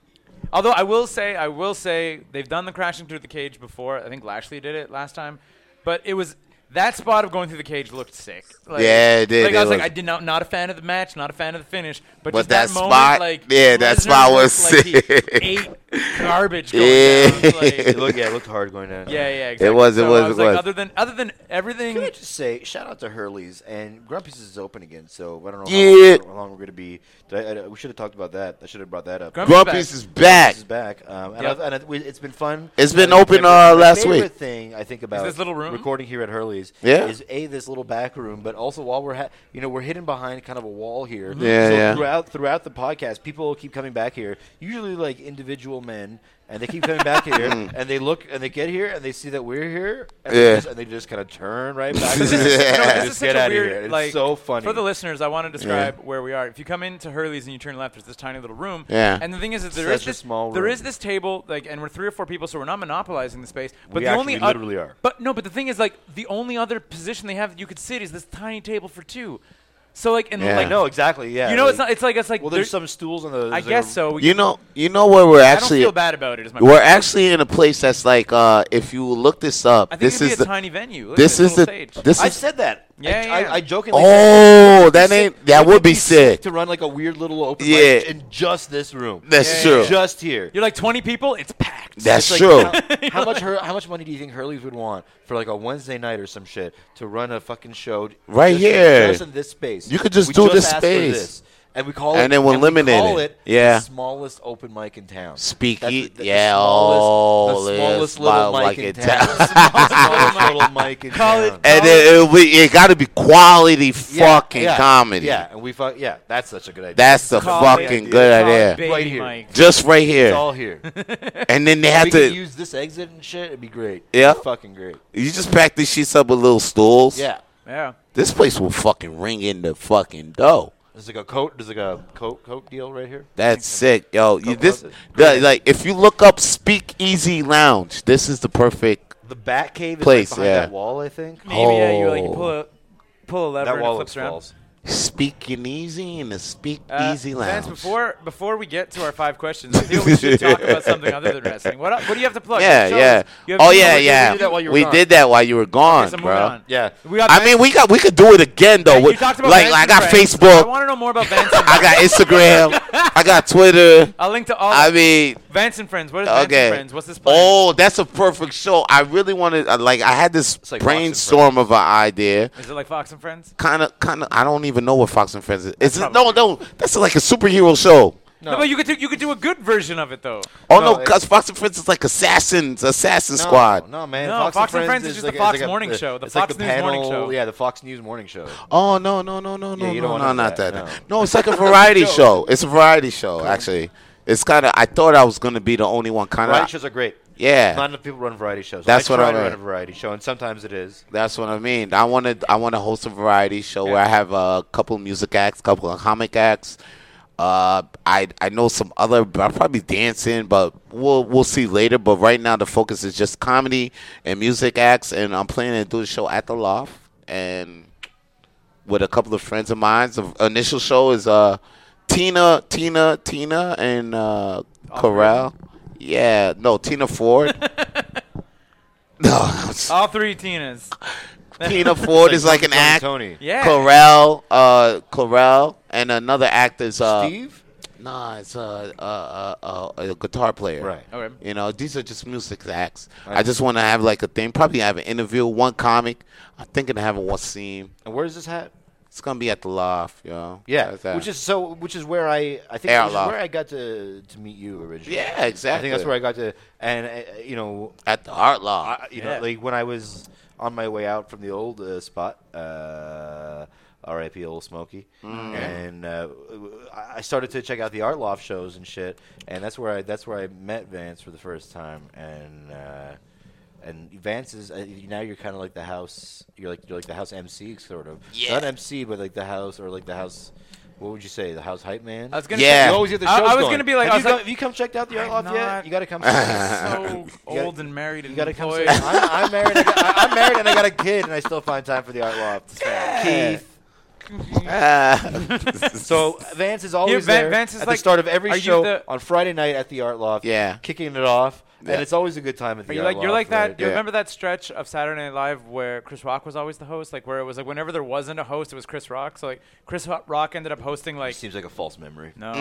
Although I will say, I will say they've done the crashing through the cage before. I think Lashley did it last time, but it was that spot of going through the cage looked sick. Like,
Yeah, it did.
Like
It
I was,
was-
like, I did not not a fan of the match, not a fan of the finish, but,
But
just that,
that
moment,
spot-
like
yeah, that
Lesnar
spot was
looked like he
sick.
ate garbage. Going
Yeah.
down, like-
it looked, yeah, it looked hard going down.
yeah, yeah, exactly.
was, it
So
was,
I was
it
like,
was.
Other than other than everything,
Can I just say, shout out to Hurley's and Grumpy's is open again, so I don't know
Yeah.
how, long, how long we're going to be. Did I, I- we should have talked about that. I should have brought that up.
Grumpy-
Grumpy's is back.
Grumpy's is back, um, and,
Yep.
I've- and it- we- it's been fun.
It's
I
been
think
open,
my-
uh,
my
last
favorite
week.
Thing I think about
this little room?
recording here at Hurley's
Yeah.
is a this little back room, but also while we're ha- you know we're hidden behind kind of a wall here.
Mm-hmm. Yeah,
so
yeah.
Throughout throughout the podcast, people keep coming back here. Usually like individual men. And they keep coming back here, and they look, and they get here, and they see that we're here, and,
Mm. Yeah.
they, just, and they just kind of turn right back.
This
around.
is- no,
this is
Just get
such a
outta
weird,
It's
like,
so funny.
For the listeners, I want to describe where we are. If you come into Hurley's and you turn left, there's this tiny little room.
Yeah.
And the thing is, that there is
Such a
this
small
there
room.
is this table, like, and we're three or four people, so we're not monopolizing the space. But
We
the
actually
only oth-
literally are.
But no, but the thing is, like, the only other position they have that you could sit is this tiny table for two. So like, and
Yeah.
like,
no, exactly. Yeah.
you know, it's not. It's like it's like.
well, there's
there-
some stools on the.
I guess so.
You know, you know where we're
I don't
actually
feel bad about it. Is my
we're actually in a place that's like uh if you look this up,
I think
this
it'd be
is
a
the
tiny venue. Look at
this
little
is the
stage.
this
I've
is
said that.
Yeah,
I,
yeah, yeah.
I, I jokingly.
oh that
said,
ain't that
"It
would be sick.
to run like a weird little open
Yeah.
mic in just this room.
That's
Yeah, yeah,
true.
Just here.
You're like 20 people. It's packed.
That's
It's like, How,
true.
how much? Her, how much money do you think Hurley's would want for like a Wednesday night or some shit to run a fucking show
Right
just,
here.
just in this space?
You could just
We
do this
asked for
space.
this, and we call it,
And then we'll
we
eliminate
call
it.
it.
Yeah.
the smallest open mic in town.
Speak
That's the-
it-
the- the
yeah,
smallest-
oh,
the smallest
yeah,
little
small
mic
mic
in
in
town.
town.
Smallest little mic in
Call it
town.
and it, it'll be, it got to be quality fucking
yeah,
comedy.
Yeah, and we fuck. Yeah, that's such a good idea.
That's a
Call it-
fucking
idea.
good
Call it
idea.
Baby
Right here.
Mike.
Just right
it's
here,
all here.
and then
we
they have
could
to.
use this exit and shit. It'd be great.
Yeah.
It'd be fucking great.
You just pack these sheets up with little stools.
Yeah.
Yeah.
this place will fucking ring in the fucking dough.
There's like a coat. There's like a coat coat deal right here.
That's sick, yo.
Go
You, this
close it.
the, like if you look up Speakeasy Lounge, this is the perfect.
The Batcave cave is
Place,
like behind
yeah.
that wall. I think
Maybe yeah, you like you pull
Oh.
a pull a lever
that
and it
wall
flips
looks
around.
false.
Speaking easy in the
Uh,
Speakeasy
Vance,
Lounge.
before before we get to our five questions, I think we should talk about something other than wrestling. What what do you have to plug?
yeah,
Show
yeah.
us. You have
Oh
to-
yeah,
we
yeah.
did that while you were
We
gone.
did that while you were gone,
Okay, so moving
bro.
on.
Yeah.
We got
I mean, we got we could do it again though.
you talked about
like,
Vance
like, I
and
got
Friends. I
Facebook,
want to know more about Vance. And
I got Instagram, I got Twitter.
I'll link to all.
I mean,
Oh, Vance and Friends. What is Vance
okay.
and Friends? What's this plan?
Oh, that's a perfect show. I really wanted uh, like I had this
like Fox and
brainstorm of an idea.
Is it like Fox and Friends?
Kind of, kind of. I don't even know what Fox and Friends is. It's no, no. That's like a superhero show.
No.
No, but you could do, you could do a good version of it though.
Oh no,
No,
because Fox and Friends is like assassins, assassin
No,
squad.
No, man.
No, Fox and Friends is just the
a-
Fox morning
uh,
show, the
it's like
Fox
the
News morning
panel-
show.
Yeah, the Fox News morning show.
Oh no, no, no, no, no,
you
no,
don't
no,
wanna
not
do
that.
that,
No.
no.
it's like a variety show. It's a variety show, actually. It's kind of. I thought I was gonna be the only one, kind
Variety
of.
shows are great.
Yeah.
Not enough people run variety shows.
That's
I
what
try
I
to
mean.
run a variety show, and sometimes it is.
That's what I mean. I want to. I want to host a variety show where I have a couple music acts, couple of comic acts. Uh, I I know some other. I'll probably dance in, but we'll we'll see later. But right now the focus is just comedy and music acts, and I'm planning to do the show at the loft and with a couple of friends of mine. The initial show is uh Tina Tina Tina and uh Corral. Yeah, no Tina Ford. no,
All three Tinas.
Tina Ford is like an
Tony,
act.
Tony.
Yeah.
Corell, uh, Corell, and another actor is uh,
Steve?
Nah, it's uh, uh, uh, uh, a guitar player.
Right.
Okay.
You know, these are just music acts. I just want to have like a thing. Probably have an interview, one comic. I'm thinking of having one scene.
And where is this hat?
It's gonna be at the loft, yo.
Yeah,
That's that.
which is so, which is where I, I think,
Air
which is
Law.
where I got to to meet you originally.
yeah, exactly.
I think that's where I got to, and uh, you know,
at the art loft.
I, you
Yeah.
know, like when I was on my way out from the old uh, spot, uh, R.I.P. Old Smoky, and uh, I I started to check out the Art Loft shows and shit, and that's where I that's where I met Vance for the first time, and uh, and Vance is uh, now you're kind of like the house, you're like you're like the house MC sort of,
Yeah.
not MC, but like the house or like the house. What would you say? The house hype man.
I was gonna
Yeah.
say,
You always get the
I-
shows
I was
going.
gonna be like- I
have
was
you, come-
like-
have you come checked out the Art
I'm
Loft yet?
not-
You got to come.
so
gotta-
old and married and
You gotta come.
employed.
I'm, I'm married. I got, I- I'm married, and I got a kid, and I still find time for the art loft. Keith. So Vance is always
Van-
there
Vance is
at
like-
the start of every
are you
show
the-
on Friday night at the art loft.
Yeah.
kicking it off,
Yeah.
and it's always a good time at the
Are you
art
like
loft.
you're like that?
right?
You
Yeah.
remember that stretch of Saturday Night Live where Chris Rock was always the host, like where it was like whenever there wasn't a host, it was Chris Rock. So like Chris Ho- Rock ended up hosting like
Seems like a false memory.
no.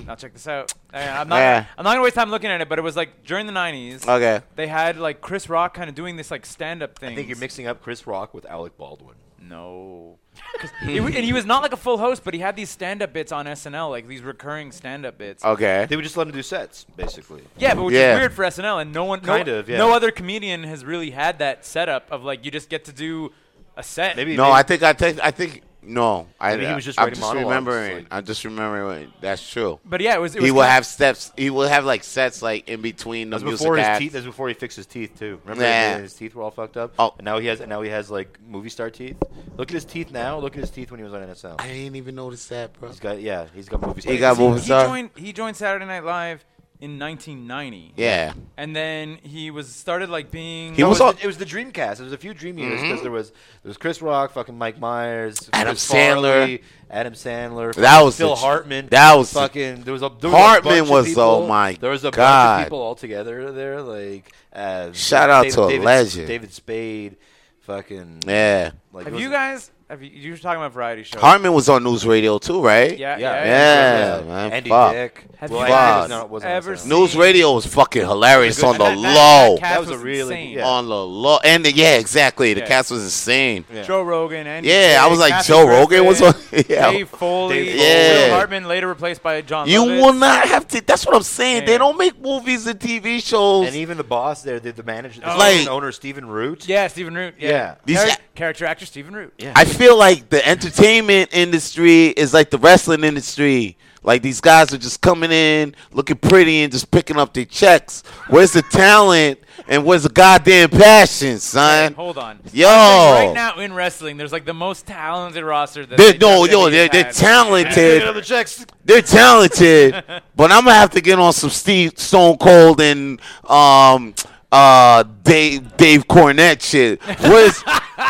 Now check this out. I- I'm not.
Yeah. Oh.
I'm not gonna waste time looking at it, but it was like during the '90s.
okay.
They had like Chris Rock kind of doing this like stand-up thing.
I think you're mixing up Chris Rock with Alec Baldwin.
No. 'Cause he w- and he was not like a full host, but he had these stand-up bits on SNL, like these recurring stand-up bits.
Okay.
They would just let him do sets, basically.
Yeah, but which
Yeah.
is weird for SNL, and no one, no,
Kind of, yeah.
no other comedian has really had that setup of like you just get to do a set.
Maybe
No,
maybe-
I think I think I think no. I,
Maybe he was just
I'm
writing
just
monologues,
remembering.
like-
I'm just remembering. what- That's true.
But yeah, it was. It was
he will
kinda-
have steps. He will have like sets like in between the
That's
music
before his
acts.
teeth. That's before he fixed his teeth too. Remember
Yeah.
when his teeth were all fucked up.
Oh.
and now he has. And now he has like movie star teeth. Look at his teeth now. Look at his teeth when he was on NSL.
I didn't even notice that, bro.
He's got yeah. He's got movie star.
He got
teeth.
movie
He
star.
joined. He joined Saturday Night Live in 1990.
Yeah,
And then he was started like being.
He
No,
was
it,
on-
was the, it was the Dreamcast. It was a few Dream years because there was there was Chris Rock, fucking Mike Myers,
Adam
Chris
Sandler.
Farley, Adam Sandler.
That was
Phil
the-
Hartman.
that was the-
fucking. There was a there was a
Hartman
bunch of
was-
people.
oh my
There was a bunch
God.
of people all together there. Like uh,
Shout out
David-
to a
David-
legend.
David Spade. Fucking
yeah.
Like, it
have
was-
you guys? Have you? You were talking about variety shows.
Hartman was on News Radio too, right?
Yeah.
Yeah,
Yeah, man,
Andy
fuck.
Dick.
Have
Will
you
Anderson-
guys
no, it wasn't
ever
Will Anderson.
seen-
News Radio was fucking hilarious on the
That- that- that
low,
cast
That was a really-
insane.
yeah.
on the low, and the, yeah, exactly. The
Yeah.
cast was insane. Yeah,
Yeah.
Joe Rogan and
I was like, Joe Rogan was on. yeah,
Dave Foley,
Dave
Foley.
Will
Yeah.
Hartman later replaced by John.
you
Lovitz.
will not have to. That's what I'm saying. They
Yeah.
don't make movies and TV shows.
And even the boss there, the, the manager, the
Like-
fucking owner, Stephen Root.
Oh. Yeah, Stephen Root. Yeah,
Yeah.
These
Char-
a-
character actor Stephen Root. Yeah,
I feel like the entertainment industry is like the wrestling industry. Like these guys are just coming in, looking pretty, and just picking up their checks. Where's the talent and where's the goddamn passion, son?
hold on.
Yo.
I'm saying right now in wrestling, there's like the most talented roster. That
They're,
they
no,
WWE
yo, they're, they're
had.
Picking up
talented.
the checks.
They're talented, but I'm gonna have to get on some Steve Stone Cold and um uh Dave Dave Cornette shit. Where's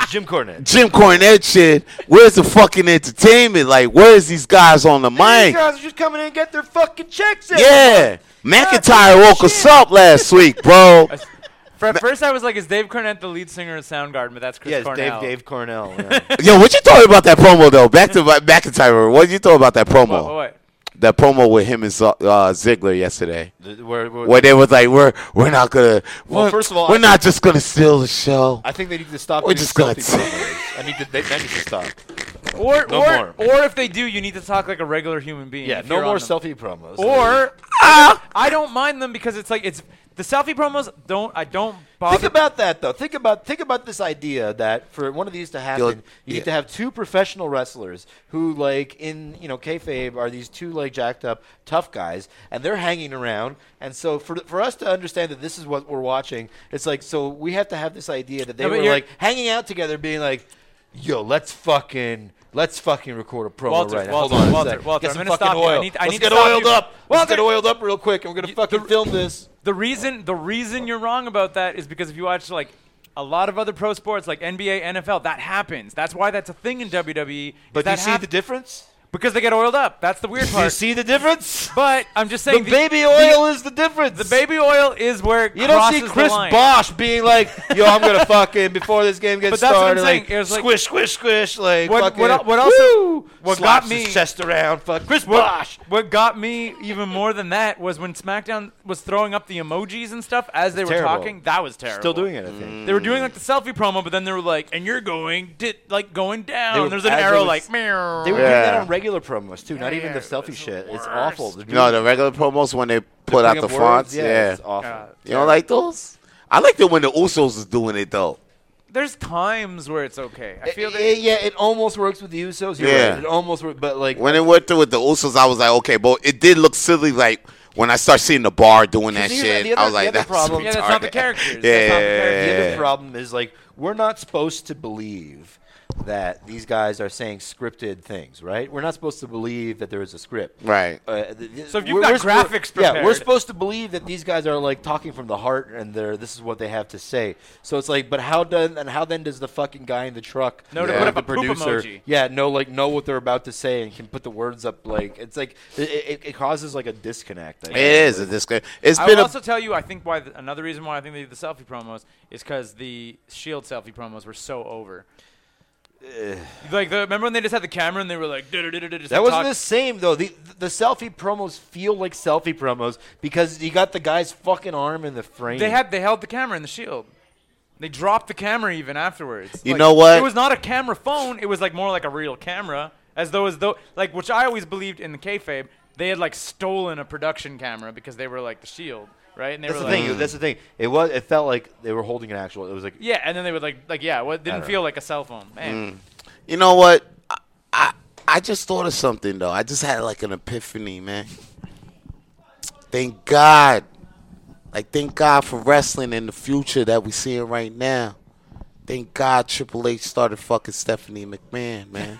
Jim Cornette.
Jim Cornette shit? Where's the fucking entertainment? Like, where's these guys on the
These
mic?
guys are just coming in and get their fucking checks in.
Yeah. McIntyre woke us up last week, bro.
For- At first, I was like, is Dave Cornette the lead singer of Soundgarden? But that's Chris
Yes,
Cornell.
Dave, Dave Cornell. yeah.
Yo, what you thought about that promo though? Back to Ma- McIntyre. What you thought about that
What,
promo?
what,
That promo with him and Z- uh, Ziggler yesterday,
The- where- where-
where they was like, "We're we're not gonna.
Well,
we're-
first of all,
we're
I
not just gonna steal the show."
I think they need to stop.
We're
doing
just gonna
filthy
say-
promos. I need to. They, that needs to stop.
Or
No
or
more.
or if they do, you need to talk like a regular human being.
Yeah,
if
no
you're
more Ah!
on them.
selfie promos.
Or I don't mind them because it's like it's the selfie promos don't I don't bother.
think about that though. Think about think about this idea that for one of these to happen,
You'll-
you
yeah.
need to have two professional wrestlers who, like in you know kayfabe, are these two like jacked up tough guys, and they're hanging around. And so for for us to understand that this is what we're watching, it's like so we have to have this idea that they
No, but
were
you're-
like hanging out together, being like, "Yo, let's fucking." Let's fucking record a promo
Walter,
right now.
Walter,
Hold on a
Walter,
sec.
Walter,
get
I'm
some
gonna
fucking
stop you. I
oil.
need- I
Let's
need to
get
stop
oiled
you.
up. Let's get
Walter!
oiled up real quick, and we're gonna fucking film this.
The reason the reason you're wrong about that is because if you watch like a lot of other pro sports like NBA, NFL, that happens. That's why that's a thing in WWE.
But do
that
you see
hap-
the difference?
because they get oiled up. That's the weird
Do you
part.
see the difference?
but I'm just saying
The baby oil is the difference.
The, baby oil is where it
You don't see
crosses the
Chris
line.
Bosch being like, "Yo, I'm gonna fucking before this game gets
But that's what I'm
started."
saying.
Like,
It was like-
squish, squish, squish. Like
What-
fucking,
what al- what also-
woo,
what
slaps
got me-
his chest around. Fuck Chris
What-
Bosch.
What got me even more than that was when SmackDown was throwing up the emojis and stuff as they were
terrible.
talking. That was terrible.
Still doing it, I think.
They were doing like the selfie promo, but then they were like, "And you're going, di- like going down."
They were-
There's an
as they
arrow,
were-
like, meow.
They were doing that
Yeah.
on regular promos too, not even the selfie shit. It's awful. They're doing-
No, the regular promos when they put out
putting
the
up words.
fonts. Yeah.
it's awful.
You don't like those? I like it when the Usos is doing it though.
There's times where it's okay. I feel
It-
that
it- yeah, it almost works with the Usos. You're
Yeah.
right. It almost works, but like
When it went through with the Usos, I was like, okay, but it did look silly. Like when I start seeing the bar doing that
See, here's
shit,
the other-
I was
the
like,
other
that's
problem-
Yeah, that's not the
retarded.
characters. That's
Yeah,
not the characters.
The other problem is like we're not supposed to believe that these guys are saying scripted things, right? We're not supposed to believe that there is a script.
Right.
Uh, th- th-
So if you've
we're-
got
we're suppo-
graphics
yeah, we're
prepared-
supposed to believe that these guys are like talking from the heart and they're this is what they have to say. So it's like, but how does and how then does the fucking guy in the truck
No,
to
or
put up
the
a poop emoji.
yeah, know like know what they're about to say and can put the words up like it's like it, it, it causes like a disconnect. I
It
guess.
is a disc. It's
I
been
will
a
also tell you, I think why the, another reason why I think they did the selfie promos is because the Shield selfie promos were so over. like the, remember when they just had the camera and they were like, "Du-du-du-du-du," just
That
like
wasn't
talk-
the same though. The the selfie promos feel like selfie promos because you got the guy's fucking arm in the frame.
They had they held the camera in the Shield. They dropped the camera even afterwards.
You
Like,
know what?
It was not a camera phone. It was like more like a real camera, as though as though like which I always believed in the kayfabe. They had like stolen a production camera because they were like the Shield, right? And they
that's
were
the
like,
thing. That's the thing. It was. It felt like they were holding an actual. It was like
yeah, and then they would like like yeah, well, it didn't
don't
feel like a cell phone. Man,
You know what? I, I I just thought of something though. I just had like an epiphany, man. Thank God. Like thank God for wrestling in the future that we seeing right now. Thank God Triple H started fucking Stephanie McMahon, man.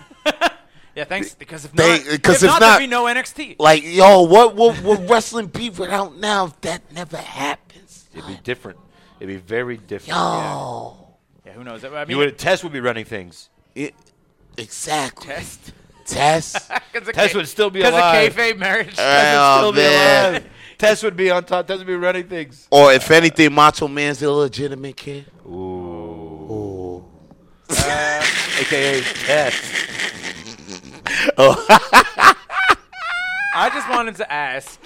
yeah, thanks because if
They-
not,
because
if
if
not,
not-
there'd be no NXT.
like, yo, what would what wrestling be without now if that never happens?
it'd be different. It'd be very different.
Yo.
Yeah, who knows? I mean,
You would. Tess would be running things.
It- exactly.
test.
Tess.
Tess would still be
because
alive.
of kayfabe marriage.
Oh,
Still be
man.
alive. Tess would be on top. Tess would be running things.
Or if anything, Macho Man's the legitimate kid.
AKA Tess.
I just wanted to ask: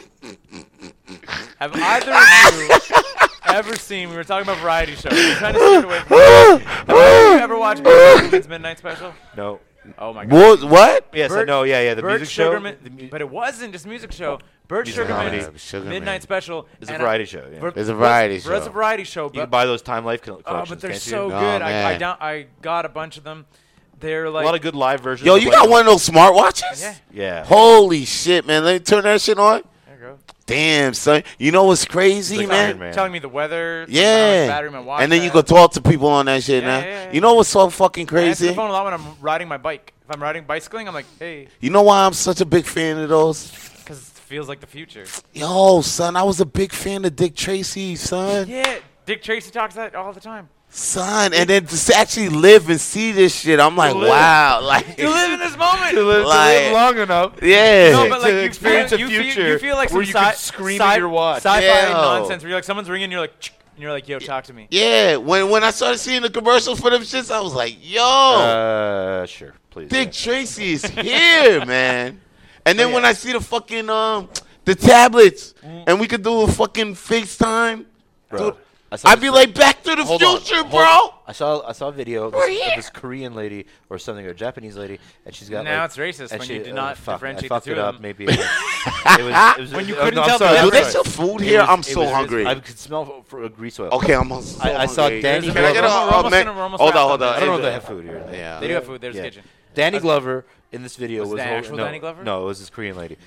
Have either of you ever seen? We were talking about variety shows. We're trying to steer away from. Have either of you ever watched Bert Sugarman's Midnight Special?
No.
Oh my god!
What? What?
Yes, I
Bert-
know. Yeah, yeah. The
Burt
music
Sugarman,
show. The mu-
but it wasn't just music show. Bert
comedy.
Sugarman's
Sugarman.
Midnight Special
It's a
and
variety show, yeah.
It's a variety
Bert's a
show.
variety show,
you can
but,
buy those Time Life collections.
oh, but they're
can't you?
so
Oh,
good. I, I,
man.
down, I got a bunch of them. They're
A
like
lot of good live versions.
Yo,
of
you
like-
got one of those smartwatches?
Yeah.
Yeah.
Holy shit, man. Let me turn that shit on.
There you go.
Damn, son. You know what's crazy,
It's like
man?
Iron Man.
telling me the weather. like, how much
Yeah.
battery my watch
and then you
has.
go talk to people on that shit
Yeah,
now.
yeah, yeah.
You know what's so fucking
I answer the
crazy?
phone a lot when I'm riding my bike. If I'm riding bicycling, I'm like, hey,
You know why I'm such a big fan of those?
because it feels like the future.
Yo, son, I was a big fan of Dick Tracy, son.
Yeah, Dick Tracy talks that all the time.
Son. And then to actually live and see this shit, I'm like, wow. Like,
You live in this moment.
to live, to live
Like-
long enough.
yeah.
no, but like
to
you
experience
feel,
a
you Feel,
future
you feel like
where
some
you can
sci-
scream
sci-
at your watch.
Sci-fi
Yeah.
nonsense. Where you're like, someone's ringing, you're like, "Chick," and you're like, yo, talk to me.
yeah. When when I started seeing the commercials for them shits, I was like, yo.
Uh, sure, please.
Dick Tracy is here, man. And
Oh,
then when I see the fucking um the tablets, and we could do a fucking FaceTime.
Mm. Bro,
Dude,
I saw
I'd
this
be
guy-
like Back to the
Hold on,
Future,
hold-
bro.
I saw I saw a video of this, of this Korean lady or something or a Japanese lady, and she's got.
Now
like-
it's racist
and
when
she,
you did
oh,
not
fuck,
differentiate the
I fucked
two
it
of
up.
them.
Maybe it was, it was-
When you
oh, no,
couldn't
I'm
tell
sorry,
the
Do
I'm
they
sorry.
sell food
It
here?
was-
I'm
it
so
was- it was-
hungry.
I could smell for a grease oil.
Okay, I'm so
I- I
hungry.
saw Danny
Can I get
Glover.
a-
We're
almost
a man-
done, we're almost
Hold on,
wrapped
hold
up.
on.
I don't know if they have food here.
Yeah.
They do have food. There's a kitchen. Uh,
Danny Glover in this video was,
it the
hol-
actual
no,
Danny Glover?
No, it was this Korean lady,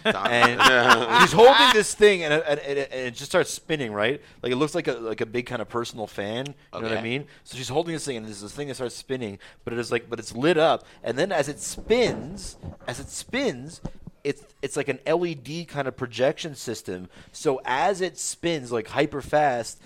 and he's holding this thing, and, and, and, and it just starts spinning. Right, like it looks like a like a big kind of personal fan. You know what I
Okay.
mean? So she's holding this thing, and there's this thing that starts spinning, but it is like, but it's lit up, and then as it spins, as it spins. It's, it's like an LED kind of projection system. So as it spins like hyper fast,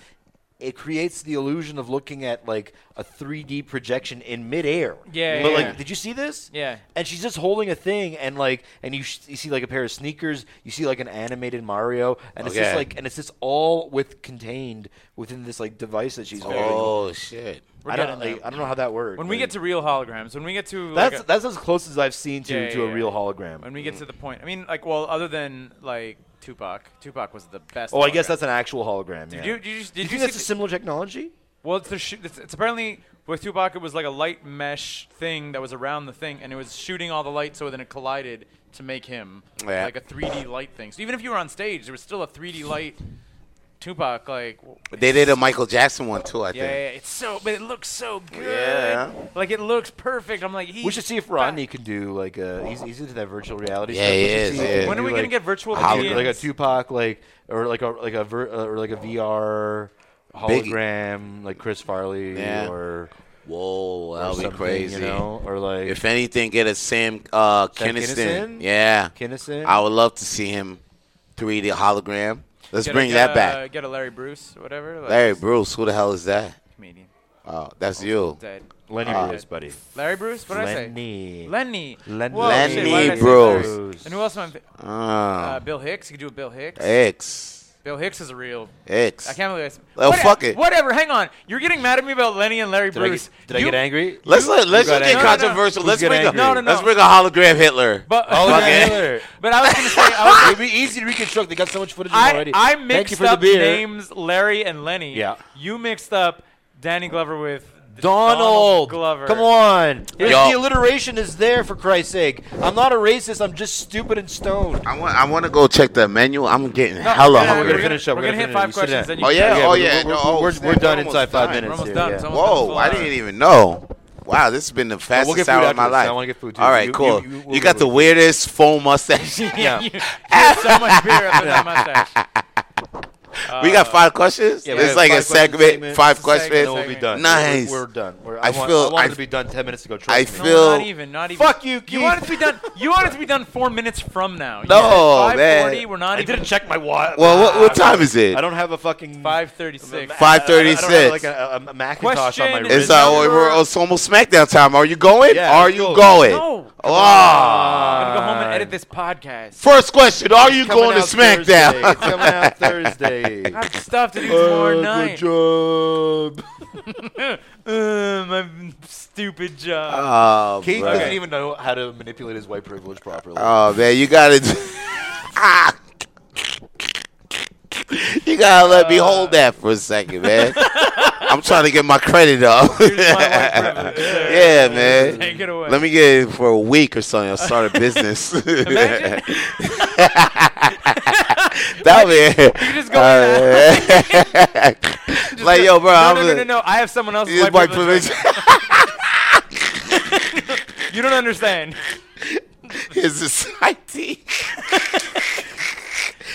it creates the illusion of looking at like a 3D projection in midair.
Yeah,
But
yeah,
like
yeah.
did you see this?
Yeah.
And she's just holding a thing, and like, and you, sh- you see like a pair of sneakers, you see like an animated Mario, and it's just
Okay.
like, and it's just all with contained within this like device that she's holding.
Oh shit.
I don't,
getting
like, I don't know how that works.
When we
like-
get to real holograms, when we get to like
that's
a-
that's as close as I've seen to
Yeah,
to
yeah,
a
yeah.
real hologram.
when we get to the point. I mean, like, well, other than like Tupac, Tupac was the best.
oh, I guess
hologram.
that's an actual hologram. Yeah.
Did you, did you, did
Do you
you
think
see
that's a
the-
similar technology?
Well, it's, the sh- it's, it's apparently with Tupac, it was like a light mesh thing that was around the thing, and it was shooting all the light, so then it collided to make him
Yeah.
like a 3D light thing. So even if you were on stage, there was still a 3D light Tupac. Like, w-
They did a Michael Jackson one too, I
yeah, yeah,
think.
it's so, but it looks so good.
Yeah.
Like it looks perfect. I'm like, he,
We should see if Rodney can do like a. He's, he's into that virtual reality.
Yeah,
stuff.
he
We should
is,
see if
yeah.
he can
When
do,
are we gonna
like-
get virtual
how-
like,
comedians?
like a Tupac, like or like a like a ver- uh, or like a VR
Biggie.
hologram, like Chris Farley
Yeah.
or,
Whoa,
or
that'll be
something,
crazy.
you know, or like
If anything, get a Sam uh,
Sam
Kinison.
Kinison?
Yeah,
Kinison.
I would love to see him 3D hologram. Let's
Get a-
bring
get
that
a-
back.
Get a Larry Bruce, whatever. Like,
Larry Bruce, who the hell is that?
comedian.
Oh, that's you.
Dead.
Lenny
uh,
Bruce, buddy.
Larry Bruce? What did I say?
Lenny.
Lenny.
Lenny.
Whoa, shit, why did I
Lenny
say
Bruce.
Larry? And who else am I? Uh,
Oh.
Bill Hicks. You could do a Bill Hicks.
X.
Bill Hicks is a real.
X.
I can't believe this.
Oh, fuck it.
Whatever. Hang on. You're getting mad at me about Lenny and Larry
Did, I
Bruce.
get, did I
You-
get angry?
Let's let, let's
got
not get
angry.
controversial.
No, no, no. Who's
Let's bring a
got angry?
No, no, no.
let's bring a hologram Hitler.
But,
Oh,
Fuck it.
Hitler.
but I was gonna say I, was,
It'd be easy to reconstruct. They got so much footage
I,
already.
I
Thank you
mixed
for the
up
beer.
names Larry and Lenny.
Yeah.
You mixed up Danny Glover with
Donald,
Glover.
Come on. Here's
Yo.
The alliteration is there for Christ's sake. I'm not a racist. I'm just stupid and stoned.
I want I want to go check the menu. I'm getting
No,
hella
no, no,
we're
hungry.
gonna finish up.
We're
We're
gonna hit
gonna finish.
five
You sit
questions.
down.
Then you
Oh
can-
yeah,
Yeah,
oh
we're-
yeah.
we're-
no,
we're-
oh,
we're-
snap,
we're done inside five
done.
minutes.
We're almost
here,
done.
yeah.
It's almost done. Full
Whoa, I
hour.
didn't even know. Wow, this has been the fastest
we'll get food
hour of my
afterwards.
life.
I wanna get food, too.
All right,
You-
cool.
you-
You,
you- we'll
got
get
the
food.
weirdest faux mustache.
yeah. you, you had so much beer up in that mustache.
we got five questions.
Uh, Yeah, we
it's
have
like a
five question
segment,
segment.
five
It's a segment,
questions.
Then we'll be done.
Nice.
We're, we're done. We're, I,
I
want,
feel-
I wanted
I-
to be done ten minutes ago. Trust
I
me.
No,
feel.
not even. Not even.
Fuck you,
You
Keith.
want it to be done. You want it to be done four minutes from now. You
No,
said
man.
5:40, We're not
I
even.
didn't check my watch.
Well, what, what time is it?
I don't have a fucking
Five thirty-six.
uh, Five thirty-six.
I don't have, like a, a, a Macintosh on my
Question
wrist.
It's uh,
number-
we're, it's almost SmackDown time. Are you going?
Yeah,
are
let's
you
go.
going?
No.
Oh.
I'm gonna go home and edit this podcast.
First question: Are you
Coming
going to
out Thursday. It's
SmackDown?
coming out Thursday.
I have stuff to do tomorrow
Good
night.
job.
Uh, my stupid job.
oh,
Keith
bro.
doesn't even know how to manipulate his white privilege properly.
Oh man, you gotta. Ah. you gotta let me hold that for a second, man. I'm trying to get my credit up.
Here's my white privilege.
yeah, man.
Take it away.
Let me get it for a week or something. I'll start a business.
Imagine-
that man.
You just go Just
like
go-
yo, bro.
No,
I'm
no,
a-
no, no, no. I have someone else's
this
white,
white
privilege.
privilege.
You don't understand.
His society.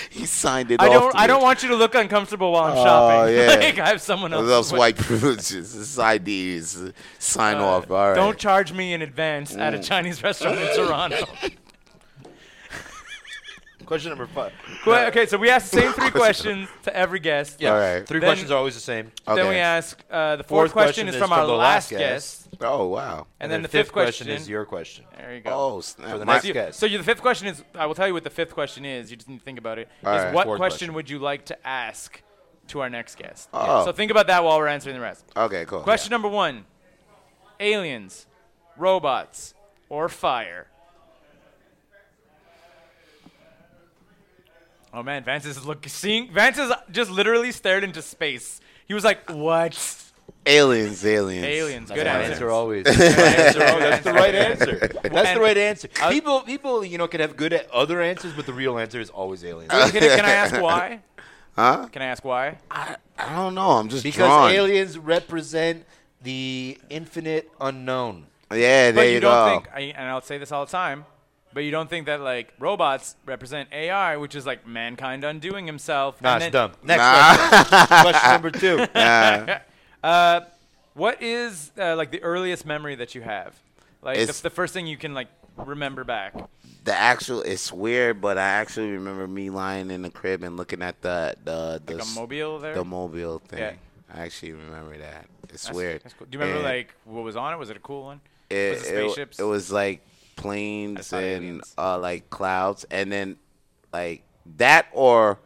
he signed it
I
off.
don't.
to
I
me.
don't want you to look uncomfortable while I'm
Oh,
shopping.
yeah.
like I have someone else's
Those white privileges. This ID is uh, sign off. All right. Mm.
Don't charge me in advance at a Chinese restaurant in Toronto.
Question number five.
Qu- okay, so we ask the same three questions to every guest.
Yeah.
All right.
Three
Then-
questions are always the same.
Then we
Okay.
ask uh, the fourth, question, is from our last guest,
Oh wow.
and, then, the fifth, question,
is your question.
There you go.
Oh snap.
the
My-
next
So you-
guest.
So you, the fifth question is, I will tell you what the fifth question is. You just need to think about it. Is
All right.
what
Fourth
question,
question.
would you like to ask to our next guest?
Oh.
So think about that while we're answering the rest.
okay, cool.
Question number one: aliens, robots, or fire? Oh man, Vance is looking. Seeing Vance is just literally stared into space. He was like, "What?
Aliens, aliens.
Aliens?
That's
Good
the right
answer.
answer always.
answer.
That's the right answer. That's the right answer.
I-
People, people, you know, can have good a- other answers, but the real answer is always aliens.
Can, I- can I ask why?
Huh?
Can I ask why?
I, I don't know. I'm just
Because
drawn.
aliens represent the infinite unknown.
yeah,
But
there
you
you
don't
go.
think, I, and I'll say this all the time, but you don't think that like robots represent AI, which is like mankind undoing himself.
Nah,
and
it's
then-
dumb. Next
Nah.
question. question number two.
Uh, what is uh, like the earliest memory that you have? Like
It's-
the, the first thing you can like remember back.
the actual it's weird, but I actually remember me lying in the crib and looking at the the the,
Like a
s-
mobile there.
the mobile thing.
Yeah.
I actually remember that. It's
That's-
weird.
that's cool. Do you remember
And
like what was on it? Was it a cool one?
it,
was it
it-
spaceships?
It, was like
That's
planes
not
and
aliens.
uh, like clouds, and then like that or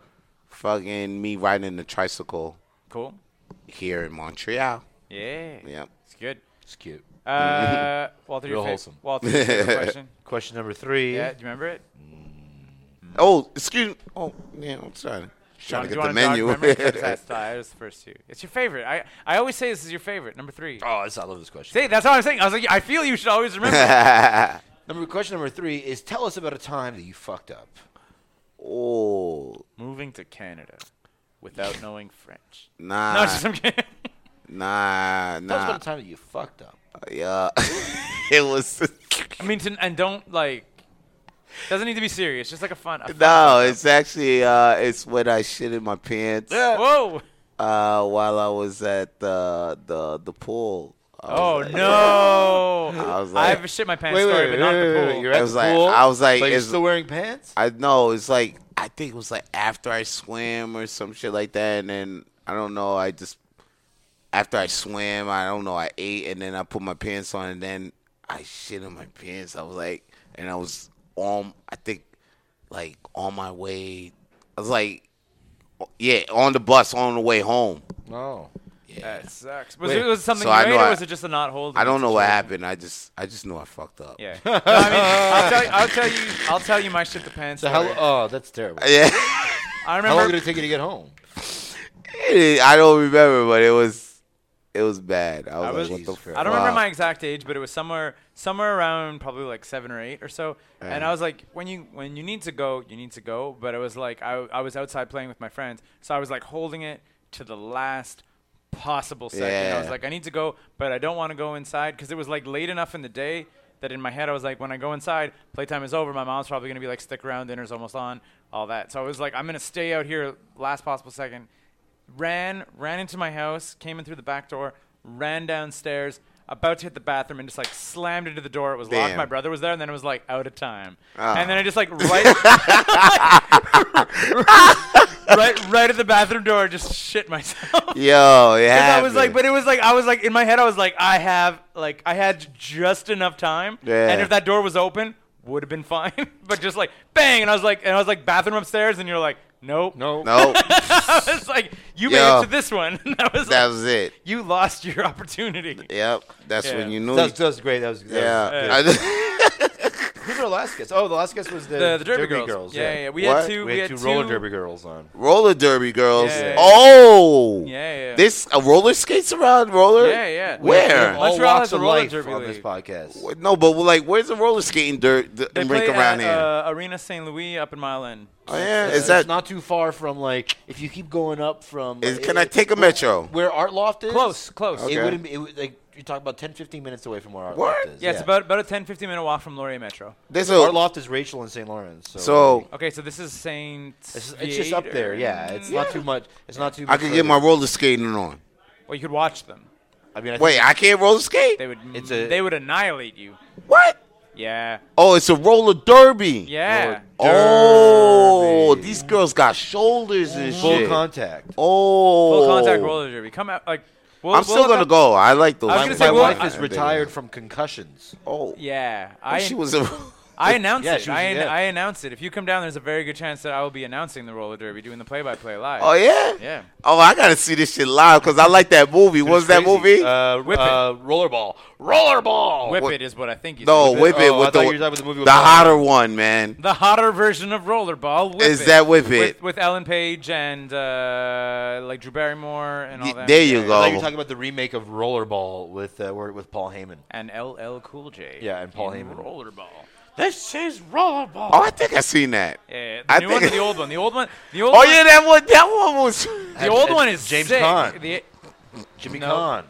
fucking me riding the tricycle
cool.
here in Montreal.
Yeah.
Yep.
It's good.
It's cute.
Uh, Walter, your
Real
fa-
wholesome.
Walter, your favorite question.
Question number three.
Yeah. Do you remember it?
Oh, excuse me. Oh, yeah, I'm sorry. Trying
John,
to
do
get
you
the
want to jog
menu.
memory? I just asked that. It was the first two. It's your favorite. I, I always say this is your favorite. Number three.
Oh, this, I love this question.
See, that's what I'm saying. I was like, I feel you should always remember. that.
Number question number three is tell us about a time that you fucked up.
oh,
Moving to Canada without knowing French.
nah,
No, it's just I'm kidding.
nah,
Tell us
nah.
about a time that you fucked up.
Yeah, it was.
I mean, to, and don't like. Doesn't need to be serious. Just like a fun. A fun
No, it's actually uh, it's when I shit in my pants uh,
Whoa.
while I was at the the the pool. I was
Oh
like-
no!
I
I,
was like-
have a shit my pants story, but not the pool.
You're at
I was
the
like-
pool?
I was like,
so you're
is-
still wearing pants?
I know it's like I think it was like after I swim or some shit like that, and then I don't know. I just after I swim, I don't know. I ate and then I put my pants on, and then I shit in my pants. I was like, and I was on. I think like on my way. I was like, yeah, on the bus on the way home.
No.
That sucks. Was
Wait,
it was it something
so I
great,
know
or
I-
was it just a not holding?
I don't know what
situation?
happened. I just I just know I fucked up.
Yeah. No, I mean, I'll tell you. I'll tell you. I'll tell you my shit the pants.
So
story.
how, oh, that's terrible.
Yeah.
I
How long did
remember.
it take you to get home?
I don't remember, but it was it was bad. I was,
I was.
like, what the fuck?
I don't remember my exact age, but it was somewhere somewhere around probably like seven or eight or so. And I was like, when you when you need to go, you need to go. But it was like I I was outside playing with my friends, so I was like holding it to the last possible second. I was
Yeah.
like, I need to go, but I don't want to go inside because it was like late enough in the day that in my head I was like, when I go inside, playtime is over. My mom's probably gonna be like, stick around, dinner's almost on, all that. So I was like, I'm gonna stay out here last possible second ran ran into my house, came in through the back door, ran downstairs, about to hit the bathroom, and just like slammed into the door. It was locked.
Damn.
My brother was there, and then it was like out of time.
Ah.
And then I just like right, right, right at the bathroom door, just shit myself.
Yo,
And
yeah.
I was like, but it was like I was like in my head, I was like, I have like I had just enough time,
Yeah.
and if that door was open, would have been fine. but just like bang, and I was like, and I was like bathroom upstairs, and you're like, nope,
No.
no,
I was like, you made
Yeah.
it to this one. And I was
that
like,
was it.
you lost your opportunity.
Yep, that's
Yeah.
when you knew.
That was, that was great. That was, that was
yeah.
good.
I-
Who's our last guest? Oh, the last guest was the,
The, the Derby, girls. Yeah, yeah, yeah. We had
What?
two.
We, had, two, roller derby girls on.
roller derby girls.
Yeah.
Oh,
Yeah, yeah.
This a roller skates around roller.
Yeah, yeah.
Where?
Yeah.
All
Montreal
walks
has a
of
roller
life
derby
on
league.
this podcast.
Wh- No, but like, where's the roller skating dirt the,
They
rink
play
around
at,
here?
Uh, Arena St. Louis up in Mile End.
oh yeah,
Uh,
is that?
it's not too far from like if you keep going up from
is,
like,
can
it-
I take a metro?
where Art Loft is?
Close, close.
Okay.
It wouldn't be it would, like you talk about 10 15 minutes away from where Art
What?
Loft is.
Yeah, it's about about a 10, 15 minute walk from Laurier Metro.
There's
Art
a
Loft is Rachel in St. Lawrence. So,
so
Okay, so this is Saint.
it's, it's just up there. Yeah, it's not too much. It's not too.
I
Much
could get my roller skating on.
Well, you could watch them.
I mean, I
Wait, I can't roller skate.
They would.
It's a-
they would annihilate you.
What?
Yeah.
Oh, it's a roller derby.
Yeah.
Oh, these girls got shoulders and
think full
shit.
contact.
oh,
Full contact roller derby. Come out like. We'll,
I'm
we'll
still
look
gonna
up-
go. I like those.
I was
My,
gonna say,
my
well,
wife
I-
is retired from concussions.
Oh,
Yeah, I
she was a
I announced
yeah,
it.
she was-
I, an-
yeah.
I announced it. If you come down, there's a very good chance that I will be announcing the roller derby, doing the play-by-play live.
Oh yeah.
Yeah.
Oh, I gotta see this shit live because I like that movie. What was that
Crazy.
movie?
Uh,
Whip It.
uh, rollerball. Rollerball.
Whip
what-
it is what I think you
no,
said.
Whip It
Oh, I
with
thought
the
you were talking about the movie with Paul.
hotter one, man.
The hotter version of rollerball. Whip
Is
it.
that Whip It?
With, with Ellen Page and uh, like Drew Barrymore and all
Y-
that.
there you
I
go.
thought you were talking about the remake of Rollerball with uh, where- with Paul Heyman.
And LL Cool J.
Yeah, and Paul
in
Heyman.
Rollerball.
This is Rollerball.
Oh, I think I seen that.
Yeah, the
I
new one or
think-
the old one? The old one. The old
Oh
one-
yeah, that one. That one was.
The old one is
James
sick.
Caan.
The-
Jimmy
No.
Kahn.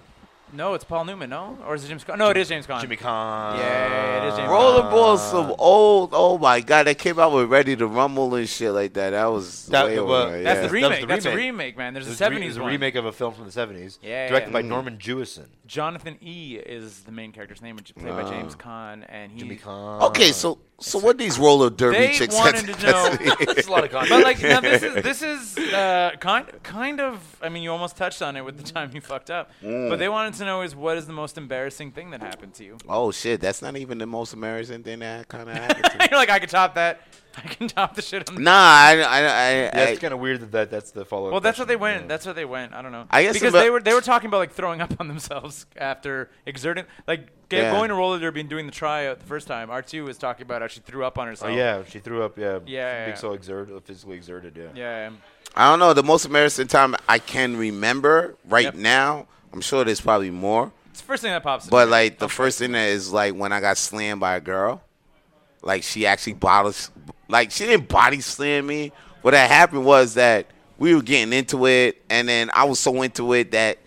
no, it's Paul Newman. No, or is it James? Caan? No, it is James Caan.
Jimmy Kahn.
Uh,
Uh,
Yeah, it is James
Rollerball,
Uh,
some old. Oh my god, that came out with Ready to Rumble and shit like that. That was
That-
way
well,
over.
That's
yeah.
the
That was the
remake. That's a
remake.
remake, man. There's
It was
a
re- it
'70s
was a
one.
remake of a film from the 70s.
Yeah,
Directed
yeah.
by Norman Jewison.
Jonathan E is the main character's name, which is played by James Caan, and he.
Jimmy Kahn.
okay, so so what these roller derby
They
chicks?
wanted to know,
It's a lot of content.
but like now this is this is uh, kind kind of. I mean, you almost touched on it with the time you fucked up. But they wanted to know is what is the most embarrassing thing that happened to you?
oh shit, that's not even the most American thing that kind of happened. to me.
You're like, I can top that. I can top the shit on.
Nah, I, I, I,
yeah, it's
I-
kind of weird that, that that's the follow-up.
Well, that's what they
question.
went.
Yeah.
That's what they went. I don't know.
I guess
because
about-
they were they were talking about like throwing up on themselves after exerting, like g-
Yeah.
going to roller derby and doing the tryout the first time. R two was talking about how she threw up on
Oh
herself.
yeah, she threw up. Yeah,
Yeah, yeah.
being so exerted, physically exerted. Yeah.
yeah.
I don't know. The most embarrassing time I can remember right
Yep.
now. I'm sure there's probably more,
It's the first thing that pops. in
but
my
like
head.
the first thing that is like when I got slammed by a girl. Like she actually body, like she didn't body slam me. What had happened was that we were getting into it, and then I was so into it that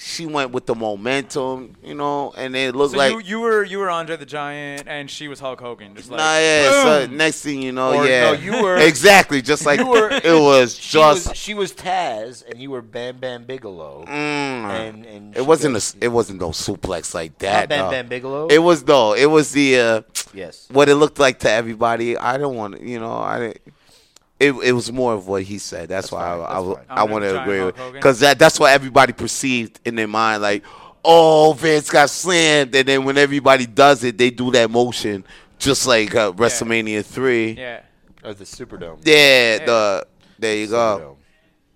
she went with the momentum, you know, and it looked
so
like.
you, you were you were Andre the Giant and she was Hulk Hogan. Just like
Nah, yeah. So
boom.
next thing you know,
Or,
yeah,
no, you were-
exactly just like
were-
it was
She
just.
was, Mm. she was Taz, and you were Bam Bam Bigelow. And, and she
It wasn't
goes-
a, it wasn't no suplex like that.
Bam
no.
Bam Bigelow?
It was no. It was the uh,
yes.
what it looked like to everybody. I don't want to, you know. I didn't- it it was more of what he said. That's, why
fine,
I
that's fine.
I, I,
I'm
want
gonna
to
try
agree
Hulk
with
Hogan.
because that that's what everybody perceived in their mind. Like, oh, Vince got slammed, and then when everybody does it, they do that motion just like uh, WrestleMania three. Yeah,
yeah,
Or the Superdome.
the there you
Superdome.
go.
Oh.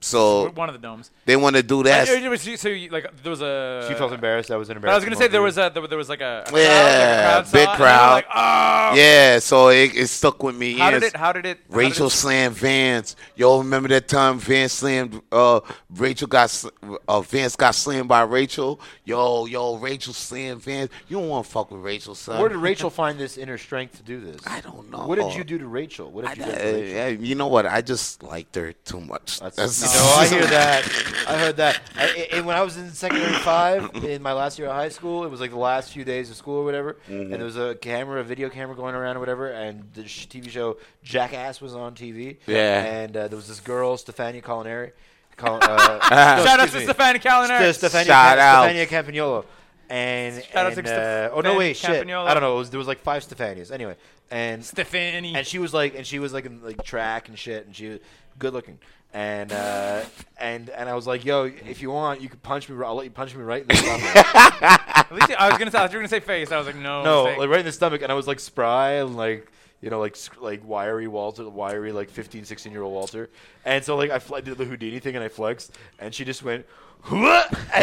So
one of the domes.
they want to do that.
Uh, it was- so you, like there was a.
She felt embarrassed. That was an
But I was
embarrassing.
gonna say there was
moment
a there, was like a, a crowd, like a crowd saw it, and
Yeah, big
they were
crowd.
Like, oh,
Yeah, so it, it stuck with me.
how did
years.
it? How did it? how did
Rachel
it-
slammed Vance. Y'all remember that time Vance slammed? Uh, Rachel got sl- uh, Vance got slammed by Rachel. Yo, yo, Rachel slammed Vance. You don't want to fuck with Rachel,
for
son.
you. Where did Rachel find this inner strength to do this?
I don't know.
What did you do to Rachel? What
I,
did you do?
uh,
to Rachel?
yeah, you know what? I just liked her too much.
That's, you know, I hear that. I heard that. I, I- and when I was in secondary five, in my last year of high school, it was like the last few days of school or whatever, and there was a camera, a video camera going around or whatever, and the sh- TV show Jackass was on TV.
Yeah.
And uh, there was this girl, Stefania Colinari. Col- uh, no,
Shout out to
excuse me.
Stefani Calinari.
Ste- Stefania,
Shout out.
Stefania Campagnolo. And,
Shout out to
and, uh, oh no
Stefan
wait shit
Campagnolo.
I don't know it was, there was like five Stefanias anyway and
Stefani.
and she was like, and she was like in like track and shit, and she was good looking, and uh, and and I was like, yo, if you want, you could punch me. ri- I'll let you punch me right in the stomach.
At least you- I was gonna say I was gonna say face. I was like, no,
no,
mistake.
like right in the stomach, and I was like spry and like. You know, like sc- like wiry Walter, wiry like 15, 16 year old Walter, and so like I fl- did the Houdini thing and I flexed, and she just went, and like and,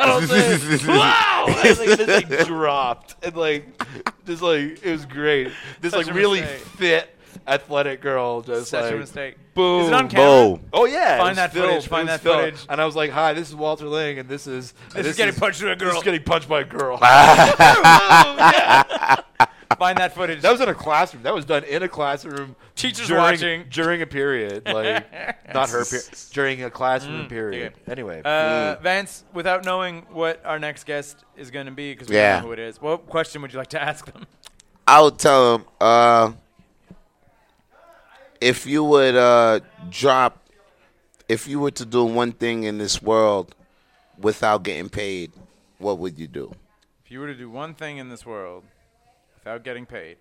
I was like, wow, and like, this like dropped, and like just like it was great. This
Such
like
a
really
mistake.
fit athletic girl just
such a
like
mistake.
boom,
Is it on camera?
boom.
Oh yeah, it
Find
was
that
filmed.
footage,
It
find
was
that
filmed.
footage.
And I was like, "Hi, this is Walter Ling, and this is
This, is getting punched to a
This
girl.
is getting punched by a girl."
Find that footage.
That was in a classroom. That was done in a classroom.
Teachers
during,
watching.
during a period, like not her period, during a classroom period. Anyway,
Mm, uh, Vance, without knowing what our next guest is going to be, because we
Yeah.
don't know who it is, what question would you like to ask them?
I'll tell him uh, if you would uh, drop, if you were to do one thing in this world without getting paid, what would you do?
If you were to do one thing in this world without getting paid,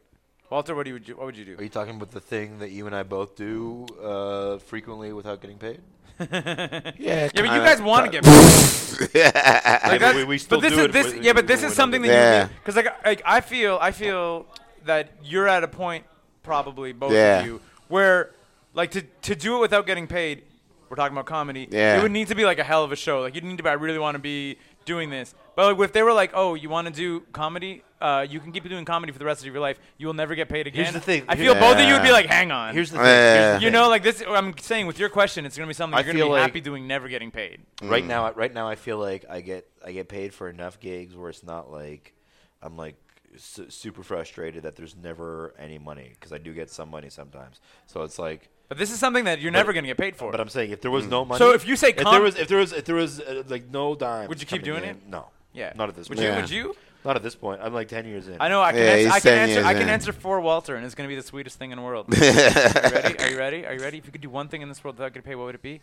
Walter, what do you would you, what would you
are
do?
you talking about the thing that you and I both do uh, frequently without getting paid?
Yeah,
Yeah, but you guys want to get paid. Like,
but
that's-
we- we still
but this
do
is
it
this,
with-
yeah, but
with-
this
with
is something that
another-
you because like, like I feel I feel that you're at a point, probably both
Yeah.
of you, where like to to do it without getting paid. We're talking about comedy.
Yeah.
It would need to be like a hell of a show. Like you would need to be. I really want to be doing this. But like, if they were like, "Oh, you want to do comedy? Uh, you can keep doing comedy for the rest of your life. You will never get paid again."
Here's the thing.
I feel both of you would be
Yeah.
like, "Hang on."
Here's the thing.
Yeah.
Here's the
you
thing.
know, like this. I'm saying with your question, it's gonna be something
I
you're gonna be
feel like-
happy doing, never getting paid.
right now, right now, I feel like I get I get paid for enough gigs where it's not like I'm like su- super frustrated that there's never any money because I do get some money sometimes. So it's like,
But this is something that you're never gonna get paid for.
but I'm saying if there was no money,
So if you say
if
com-
there was if there was if there was uh, like no dime,
Would you keep doing it?
No,
yeah,
not at this
Would
point.
you?
Yeah.
Would you?
Not at this point. I'm like ten years in.
I know I can.
Yeah,
ans-
he's
I can
10
answer.
years
I can
in.
answer for Walter, and it's going to be the sweetest thing in the world. Are you ready? Are you ready? Are you ready? If you could do one thing in this world without getting paid, what would it be?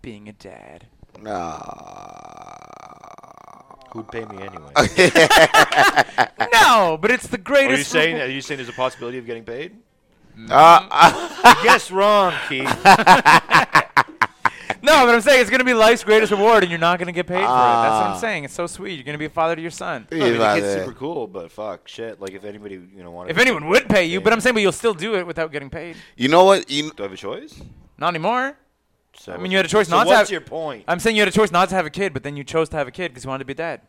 Being a dad.
Who'd pay me anyway?
No, but it's the
Uh, Are you
greatest.
saying are you saying there's a possibility of getting paid?
Uh,
Guess wrong, Keith.
No, but I'm saying it's going to be life's greatest reward, and you're not going to get paid for it. That's
Ah.
what I'm saying. It's so sweet. You're going to be a father to your son.
I mean, the
about
kid's
that.
super cool, but fuck, shit. Like, if anybody, you know, wanted,
If
to-
anyone would pay you, but
Yeah.
I'm saying, but you'll still do it without getting paid.
You know what? You,
do I have a choice?
Not anymore.
So
I mean, you had a choice
so
not to
What's
have-
your point?
I'm saying you had a choice not to have a kid, but then you chose to have a kid because you wanted to be a dad.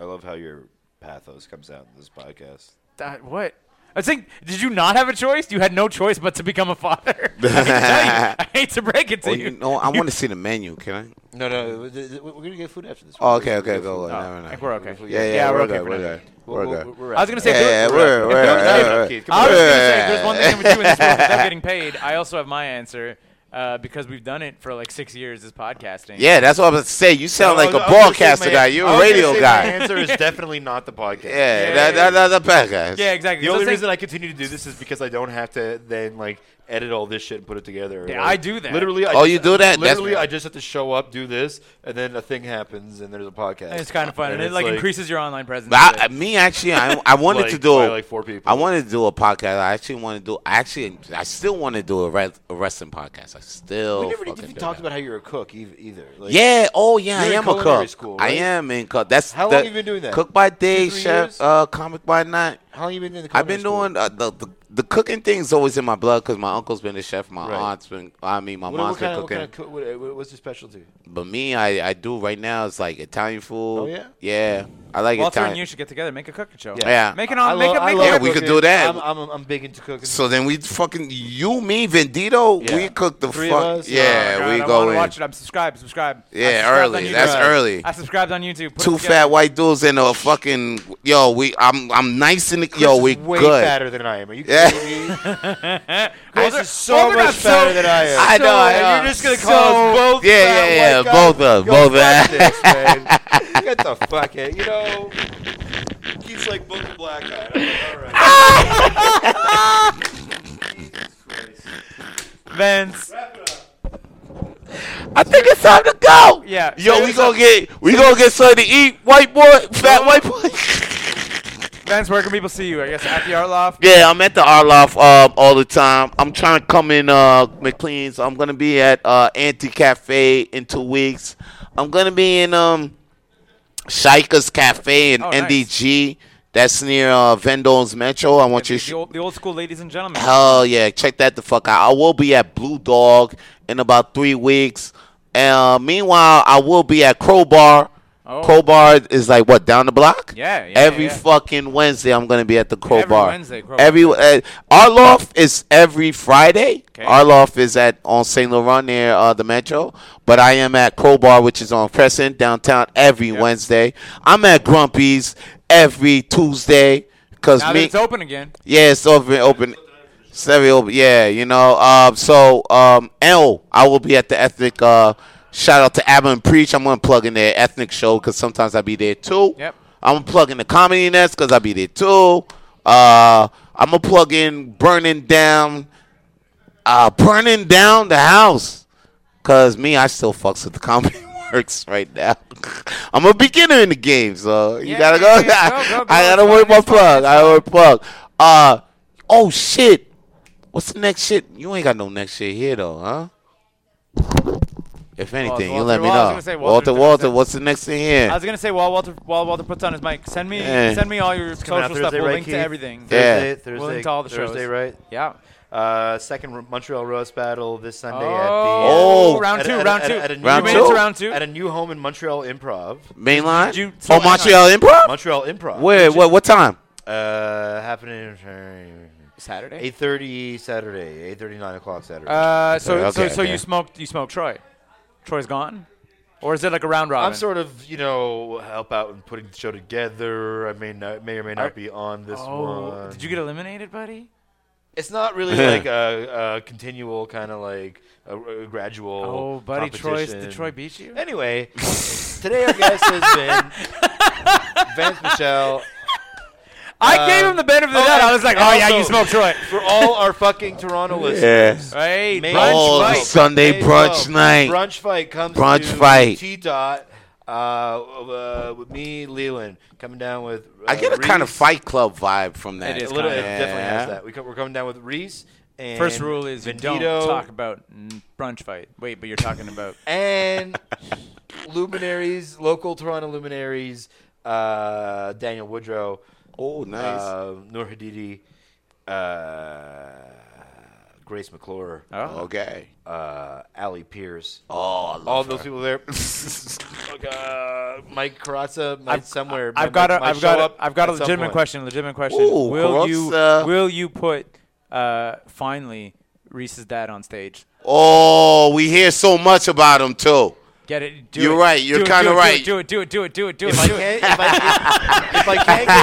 I love how your pathos comes out in this podcast.
That, what? I think, did you not have a choice? You had no choice but to become a father. I, hate to tell you. I hate to break it to
well,
you.
Oh, you know, I want to see the menu. Can I?
No,
Uh,
no, we're gonna get food after this.
Oh, okay, okay, go.
No,
Never
I
mind.
think we're okay.
Yeah, yeah,
Yeah,
we're,
we're okay
good.
for
We're
now.
good. We're good.
I was gonna say,
Yeah,
if there-
yeah, we're,
if
we're,
there was-
we're,
no,
we're-
kid, come
I
on.
was gonna
we're-
say, if there's one thing I'm gonna do in this world without getting paid. I also have my answer uh, because we've done it for like six years is podcasting.
Yeah, that's what I was about to say. You sound
I was-
like
I
a
was gonna say
broadcaster
my-
guy. You're
I
a
was gonna
radio
say
guy.
My answer is definitely not the podcast.
Yeah,
yeah,
that, that, that's a podcast.
yeah, exactly. So
The only
it's like-
reason I continue to do this is because I don't have to then like edit all this shit and put it together.
Yeah,
Like,
I do that.
Literally, I
Oh,
just-
you do that? That's-
Literally, I just have to show up, do this, and then a thing happens, and there's a podcast.
and it's kind of fun, and, it
it's
like, increases your online presence.
But I, me actually, I, I wanted to
Like,
do.
by, like, four people.
I wanted to do a podcast. I actually want to do. Actually, I still want to do a, re- a wrestling podcast. I still.
We never
fucking
even
do
talked
that.
about how you're a cook eith- either. Like,
yeah. Oh, yeah. I
You're in
am a
culinary
cook.
school,
I
right?
am in cook. That's
How
the-
long you been doing that?
Cook by day,
Two, three
chef,
years?
uh, comic by night.
How long you been in the?
I've been
culinary
doing uh, the, the the cooking thing's always in my blood because my uncle's been a chef, my
Right.
aunt's been, I mean, my
school? What, what kind
mom's been
of, what
cooking.
kind of cook? What, what- what's your specialty?
But me, I, I do right now. It's like Italian food.
Oh, yeah?
yeah. I like
Walter
Italian.
and you should get together, make a cooking show.
Yeah.
Make an on,
I
make
love-
a
I
make
love
Yeah,
a
we could
cooking.
do that.
I'm, I'm, I'm big into cooking.
So then we fucking you, me, Vendito.
Yeah.
We cook the
Three of
fuck.
us?
Yeah,
Oh, God,
we
I
go
wanna
in.
Watch it. I'm subscribed. Subscribe. I
Yeah,
subscribed on
early.
YouTube.
That's early.
I subscribed on YouTube. Put it
Two
together.
fat white dudes and a fucking yo. We I'm I'm nice in the yo.
Chris
We
is way
good.
fatter than I am. Are you
Yeah.
kidding me? Chris
Walter-
is so
Walter got
much fatter than I am.
I know. I
And
know.
you're just gonna call us both
Yeah,
fat
yeah, yeah,
white guys?
both of us,
Yo,
both of
fuck
us.
this, man. Get the fuck out. You know, he's like book a black guy. I'm like, all right.
Vince.
I think it's time to go.
Yeah,
Yo,
so
we
it's
gonna get we gonna get something to eat. White boy, fat white boy.
Vince, where can people see you? I guess at the Art Loft.
yeah, I'm at the Arloff uh, all the time. I'm trying to come in uh, McLean's. I'm gonna be at uh, Anti Cafe in two weeks. I'm gonna be in um. Shika's Cafe in
Oh, nice.
NDG. That's near uh, Vendone's Metro. I want
The,
you.
the old, the old school, ladies and gentlemen.
Hell yeah, check that the fuck out. I will be at Blue Dog in about three weeks. Uh, meanwhile, I will be at Crowbar.
Oh.
Crowbar is like what down the block?
Yeah, yeah,
Every
yeah.
fucking Wednesday, I'm gonna be at the Crowbar.
Wednesday, Crowbar.
Every uh, our loft is every Friday.
Okay.
Our loft is at on Saint Laurent near uh, the Metro, but I am at Crowbar, which is on Crescent downtown, every Wednesday. I'm at Grumpy's every Tuesday. Cause
Now that
me,
it's open again.
yeah, it's open. Open. Stereo. Open. Yeah, you know. Um. So, um. L. I will be at the ethnic. Uh. Shout out to Abba and Preach. I'm gonna plug in their ethnic show because sometimes I be there too.
Yep.
I'm gonna plug in the comedy nest because I be there too. Uh. I'm gonna plug in burning down. Uh. Burning down the house. Cause me, I still fucks with the comedy works right now. I'm a beginner in the game, so you
Yeah,
gotta go.
yeah, yeah. Go, go, go.
I gotta
It's
work
fine,
my
it's fine,
plug.
it's
I
fine.
work plug. Uh oh shit. What's the next shit? You ain't got no next shit here though, huh? If anything,
Walter-
you let me
well, I was
know.
gonna say Walter
Walter,
Richardson.
Walter, what's the next thing here?
I was gonna say while Walter while Walter puts on his mic, send me
Yeah.
send me all your
coming out
social stuff.
Thursday,
We'll
right,
link to
Keith?
everything.
Yeah.
Thursday, Thursday,
We'll link to all the
Thursday,
shows.
right?
Yeah.
Uh, second Ro- Montreal Roast Battle this Sunday
Oh.
at
round
at
two,
a- at a-
round
at
two,
a- at a new
Round
You made
two?
it to round
the
two.
at a new home in Montreal Improv.
Mainline?
Did you- so
oh,
why not?
Montreal Improv?
Montreal Improv.
Where? What? What time?
Uh, happening uh,
Saturday.
8:30 Saturday, 8:30 9 o'clock Saturday.
Uh, so
Okay,
so so
okay.
you smoked you smoked Troy. Troy's gone, or is it like a round robin?
I'm sort of, you know, help out in putting the show together. I may not, may or may not be on this
Oh,
one.
did you get eliminated, buddy?
It's not really like a, a continual kind of like a, a gradual.
Oh, buddy, Troy's did
competition.
Troy beat you?
Anyway, today our guest has been Vance Michelle.
I gave him the benefit of the
oh,
doubt. I
and-
was like,
and
oh yeah, you
also-
smoked Troy.
For all our fucking Toronto
Yeah.
listeners,
Right,
May
brunch
Oh,
fight.
so- Sunday
May
brunch
12th,
night.
Brunch fight comes.
Brunch
to
fight.
T dot. Uh, uh, with me, Leland, coming down with. Uh,
I get a kind of
Reese.
Fight Club vibe from that.
It is
A little,
kinda.
it definitely
Yeah.
has that. We co- we're coming down with Reese and
First rule is you
Vendito
don't talk about mm, brunch fight. Wait, but you're talking about
and luminaries, local Toronto luminaries, uh, Daniel Woodrow,
Oh, nice.
uh, Noor Hadidi, uh, Grace McClure,
oh,
okay.
uh, Allie Pierce.
Oh, I love
All those people there. Like, uh, Mike Carazza might somewhere.
Oh, I've
might-
got a
might
I've
show
got
up
a, I've got a
at some
legitimate
point.
question. Legitimate question.
Ooh,
will you
Carosa.
will you put uh, finally Reese's dad on stage?
Oh, we hear so much about him too.
Get it? Do
You're
it.
right, you're
Do it, do
kinda
it, do
right.
it, Do it. Do it. Do it. Do it. Do it.
If I can't, if I can't,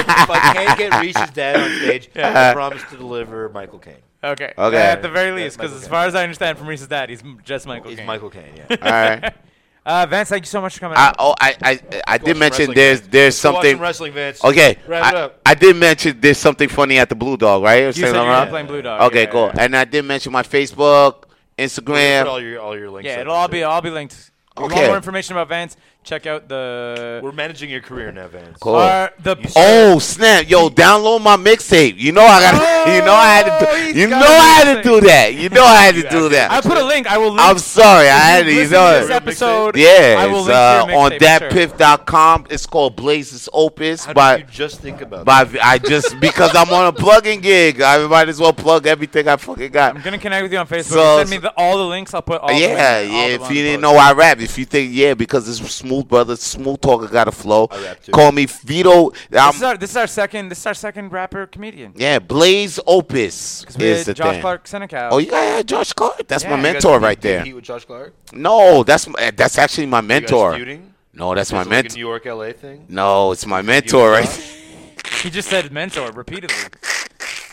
if I can't get, if I can't get Reese's dad on stage, I promise to deliver Michael Caine.
Okay.
Okay.
At the very least, because
Michael
as
Caine.
far as I understand from Reese's dad, he's m- just Michael.
He's
Caine.
Michael Caine, yeah.
All right.
Uh, Vance, thank you so much for coming.
I
out.
oh I I, I did
some
mention
wrestling
there's there's
Go watch
something.
some wrestling, Vince.
Okay.
Wrap it
I,
up.
I did mention there's something funny at the Blue Dog, right? Or
You
something
said you
around?
were playing Blue Dog.
Okay,
yeah,
cool.
yeah,
And I did mention my Facebook,
Put
Instagram.
all your all your links. up
Yeah,
and
it'll all be
shit.
all be linked. If you
Okay.
want more information about Vance? Check out the
We're managing your career now, Vince.
Cool.
Or the
Oh snap! Yo, download my mixtape. You know I got. to You know I had
Oh,
to.
he's
Do, you know
got
I
a
had to do that. You know I had to do
I
that.
put a link. I will link.
I'm sorry. I had to.
Listen
You
to
know
this
it.
episode.
Yeah,
I will
it's,
link
uh,
your
on
mixtape, sure.
thatpiff.com. It's called Blazes Opus.
How did
By
you just think about
by I just because I'm on a plugging gig, I might as well plug everything I fucking got.
I'm gonna connect with you on Facebook.
So-
Send me the, all the links. I'll put all. the links,
yeah,
all
yeah.
the
If
ones
you didn't
posted.
know I rap, if you think yeah, because it's smooth brother, smooth talker got a flow.
I rap too.
Call me Vito.
this is
I'm,
our this is our second this is our second rapper comedian.
yeah, Blaze Opus
We
is
had
the
Josh
thing.
Clark Seneca.
Oh, you got yeah, Josh Clark. That's
Yeah,
my
you
it?
mentor right there.
Heat with Josh Clark.
No, that's my, that's actually my
You guys
mentor.
feuding?
No, that's my
Is it like a
mentor.
New York, LA thing.
No, it's my mentor right. there.
He just said mentor repeatedly,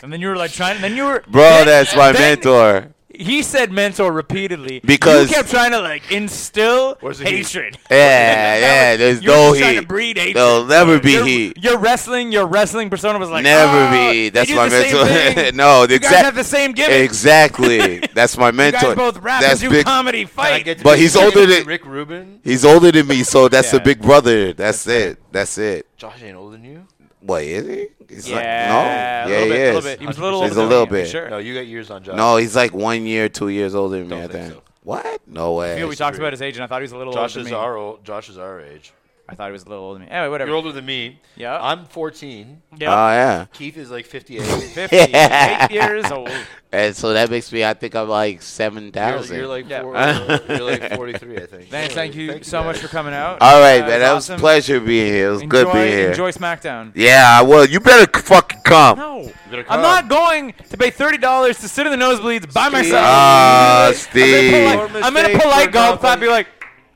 and then you were like trying. And then you were
Bro,
then-
that's my
then
mentor.
He said mentor repeatedly
Because-
you kept trying to like instill
Where's the heat?
hatred.
Yeah, yeah. There's
You were
no
just trying to
heat.
breed hatred.
There'll never be
your,
heat.
Your wrestling, your wrestling persona was like
Never
"Ah,
be.
you
That's
do
my
the same
mentor.
thing.
no, the
you guys have
exact.
the same gimmick.
Exactly. That's my
You guys
mentor.
both rap and
That's
do
big.
comedy,
Can I
fight.
get to
But he's
interview
older than-
Rick Rubin.
He's older than me, so that's the
Yeah.
big brother. That's it. That's it.
Josh ain't older than you.
What is he? He's
yeah,
like, no.
a
Yeah,
little
he
bit,
is.
little bit. He was a little
He's
older
a
than
little
me,
bit.
Sure.
No, you got years on Josh.
No, he's like one year, two years older than me. I
Don't think
think.
so.
What? No
I
way.
feel we talked about his age, and I thought he was a little
Josh
older
is
than me.
our old, Josh is our age.
I thought he was a little older than me. Anyway, whatever.
You're older than me.
Yeah.
I'm 14.
Oh
yeah.
yeah.
Keith is like 58.
58 years old.
And so that makes me. I think I'm like seven
You're,
thousand.
you're like
Yeah.
four, you're like 43, I think.
Man, thank you so much for coming out.
All right,
Uh,
man.
it
That was a
awesome.
pleasure being here. It was
Enjoy,
good being here.
Enjoy SmackDown.
Yeah, I will. You better c- fucking come.
No,
better
I'm
come.
not going to pay thirty dollars to sit in the nosebleeds by myself.
Ah, Steve.
I'm gonna polite, I'm gonna
Mistake,
polite
we're
golf
not
clap. Be
going-
like,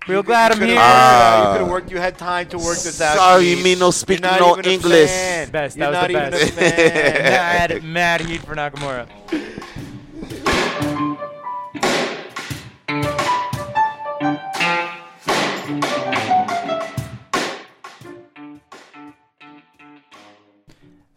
real glad I'm here.
Ah.
you could have worked. You had time to work this out.
Sorry,
Keith.
me no
You're
speaking
not
no
even a
English.
fan.
Best, that
You're
was
not
the
even
best.
a fan.
Ah.
mad, mad heat for Nakamura.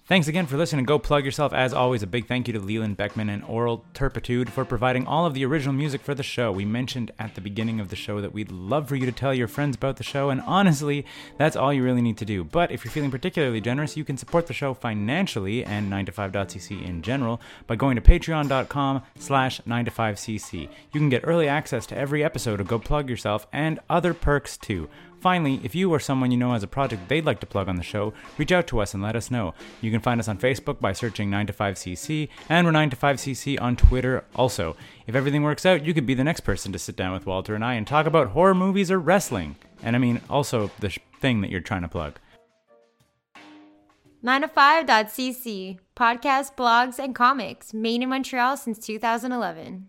Thanks again for listening. Go plug yourself. As always, a big thank you to Leland Beckman and Oral Turpitude for providing all of the original music for the show. We mentioned at the beginning of the show that we'd love for you to tell your friends about the show, and honestly, that's all you really need to do. But if you're feeling particularly generous, you can support the show financially and 9to5.cc in general by going to patreon.com slash 9to5cc. You can get early access to every episode of Go Plug Yourself and other perks too. Finally, if you or someone you know has a project they'd like to plug on the show, reach out to us and let us know. You can find us on Facebook by searching 9to5cc, and we're 9to5cc on Twitter also. If everything works out, you could be the next person to sit down with Walter and I and talk about horror movies or wrestling. And I mean, also the sh- thing that you're trying to plug.
9to5.cc, podcasts, blogs, and comics, made in Montreal since 2011.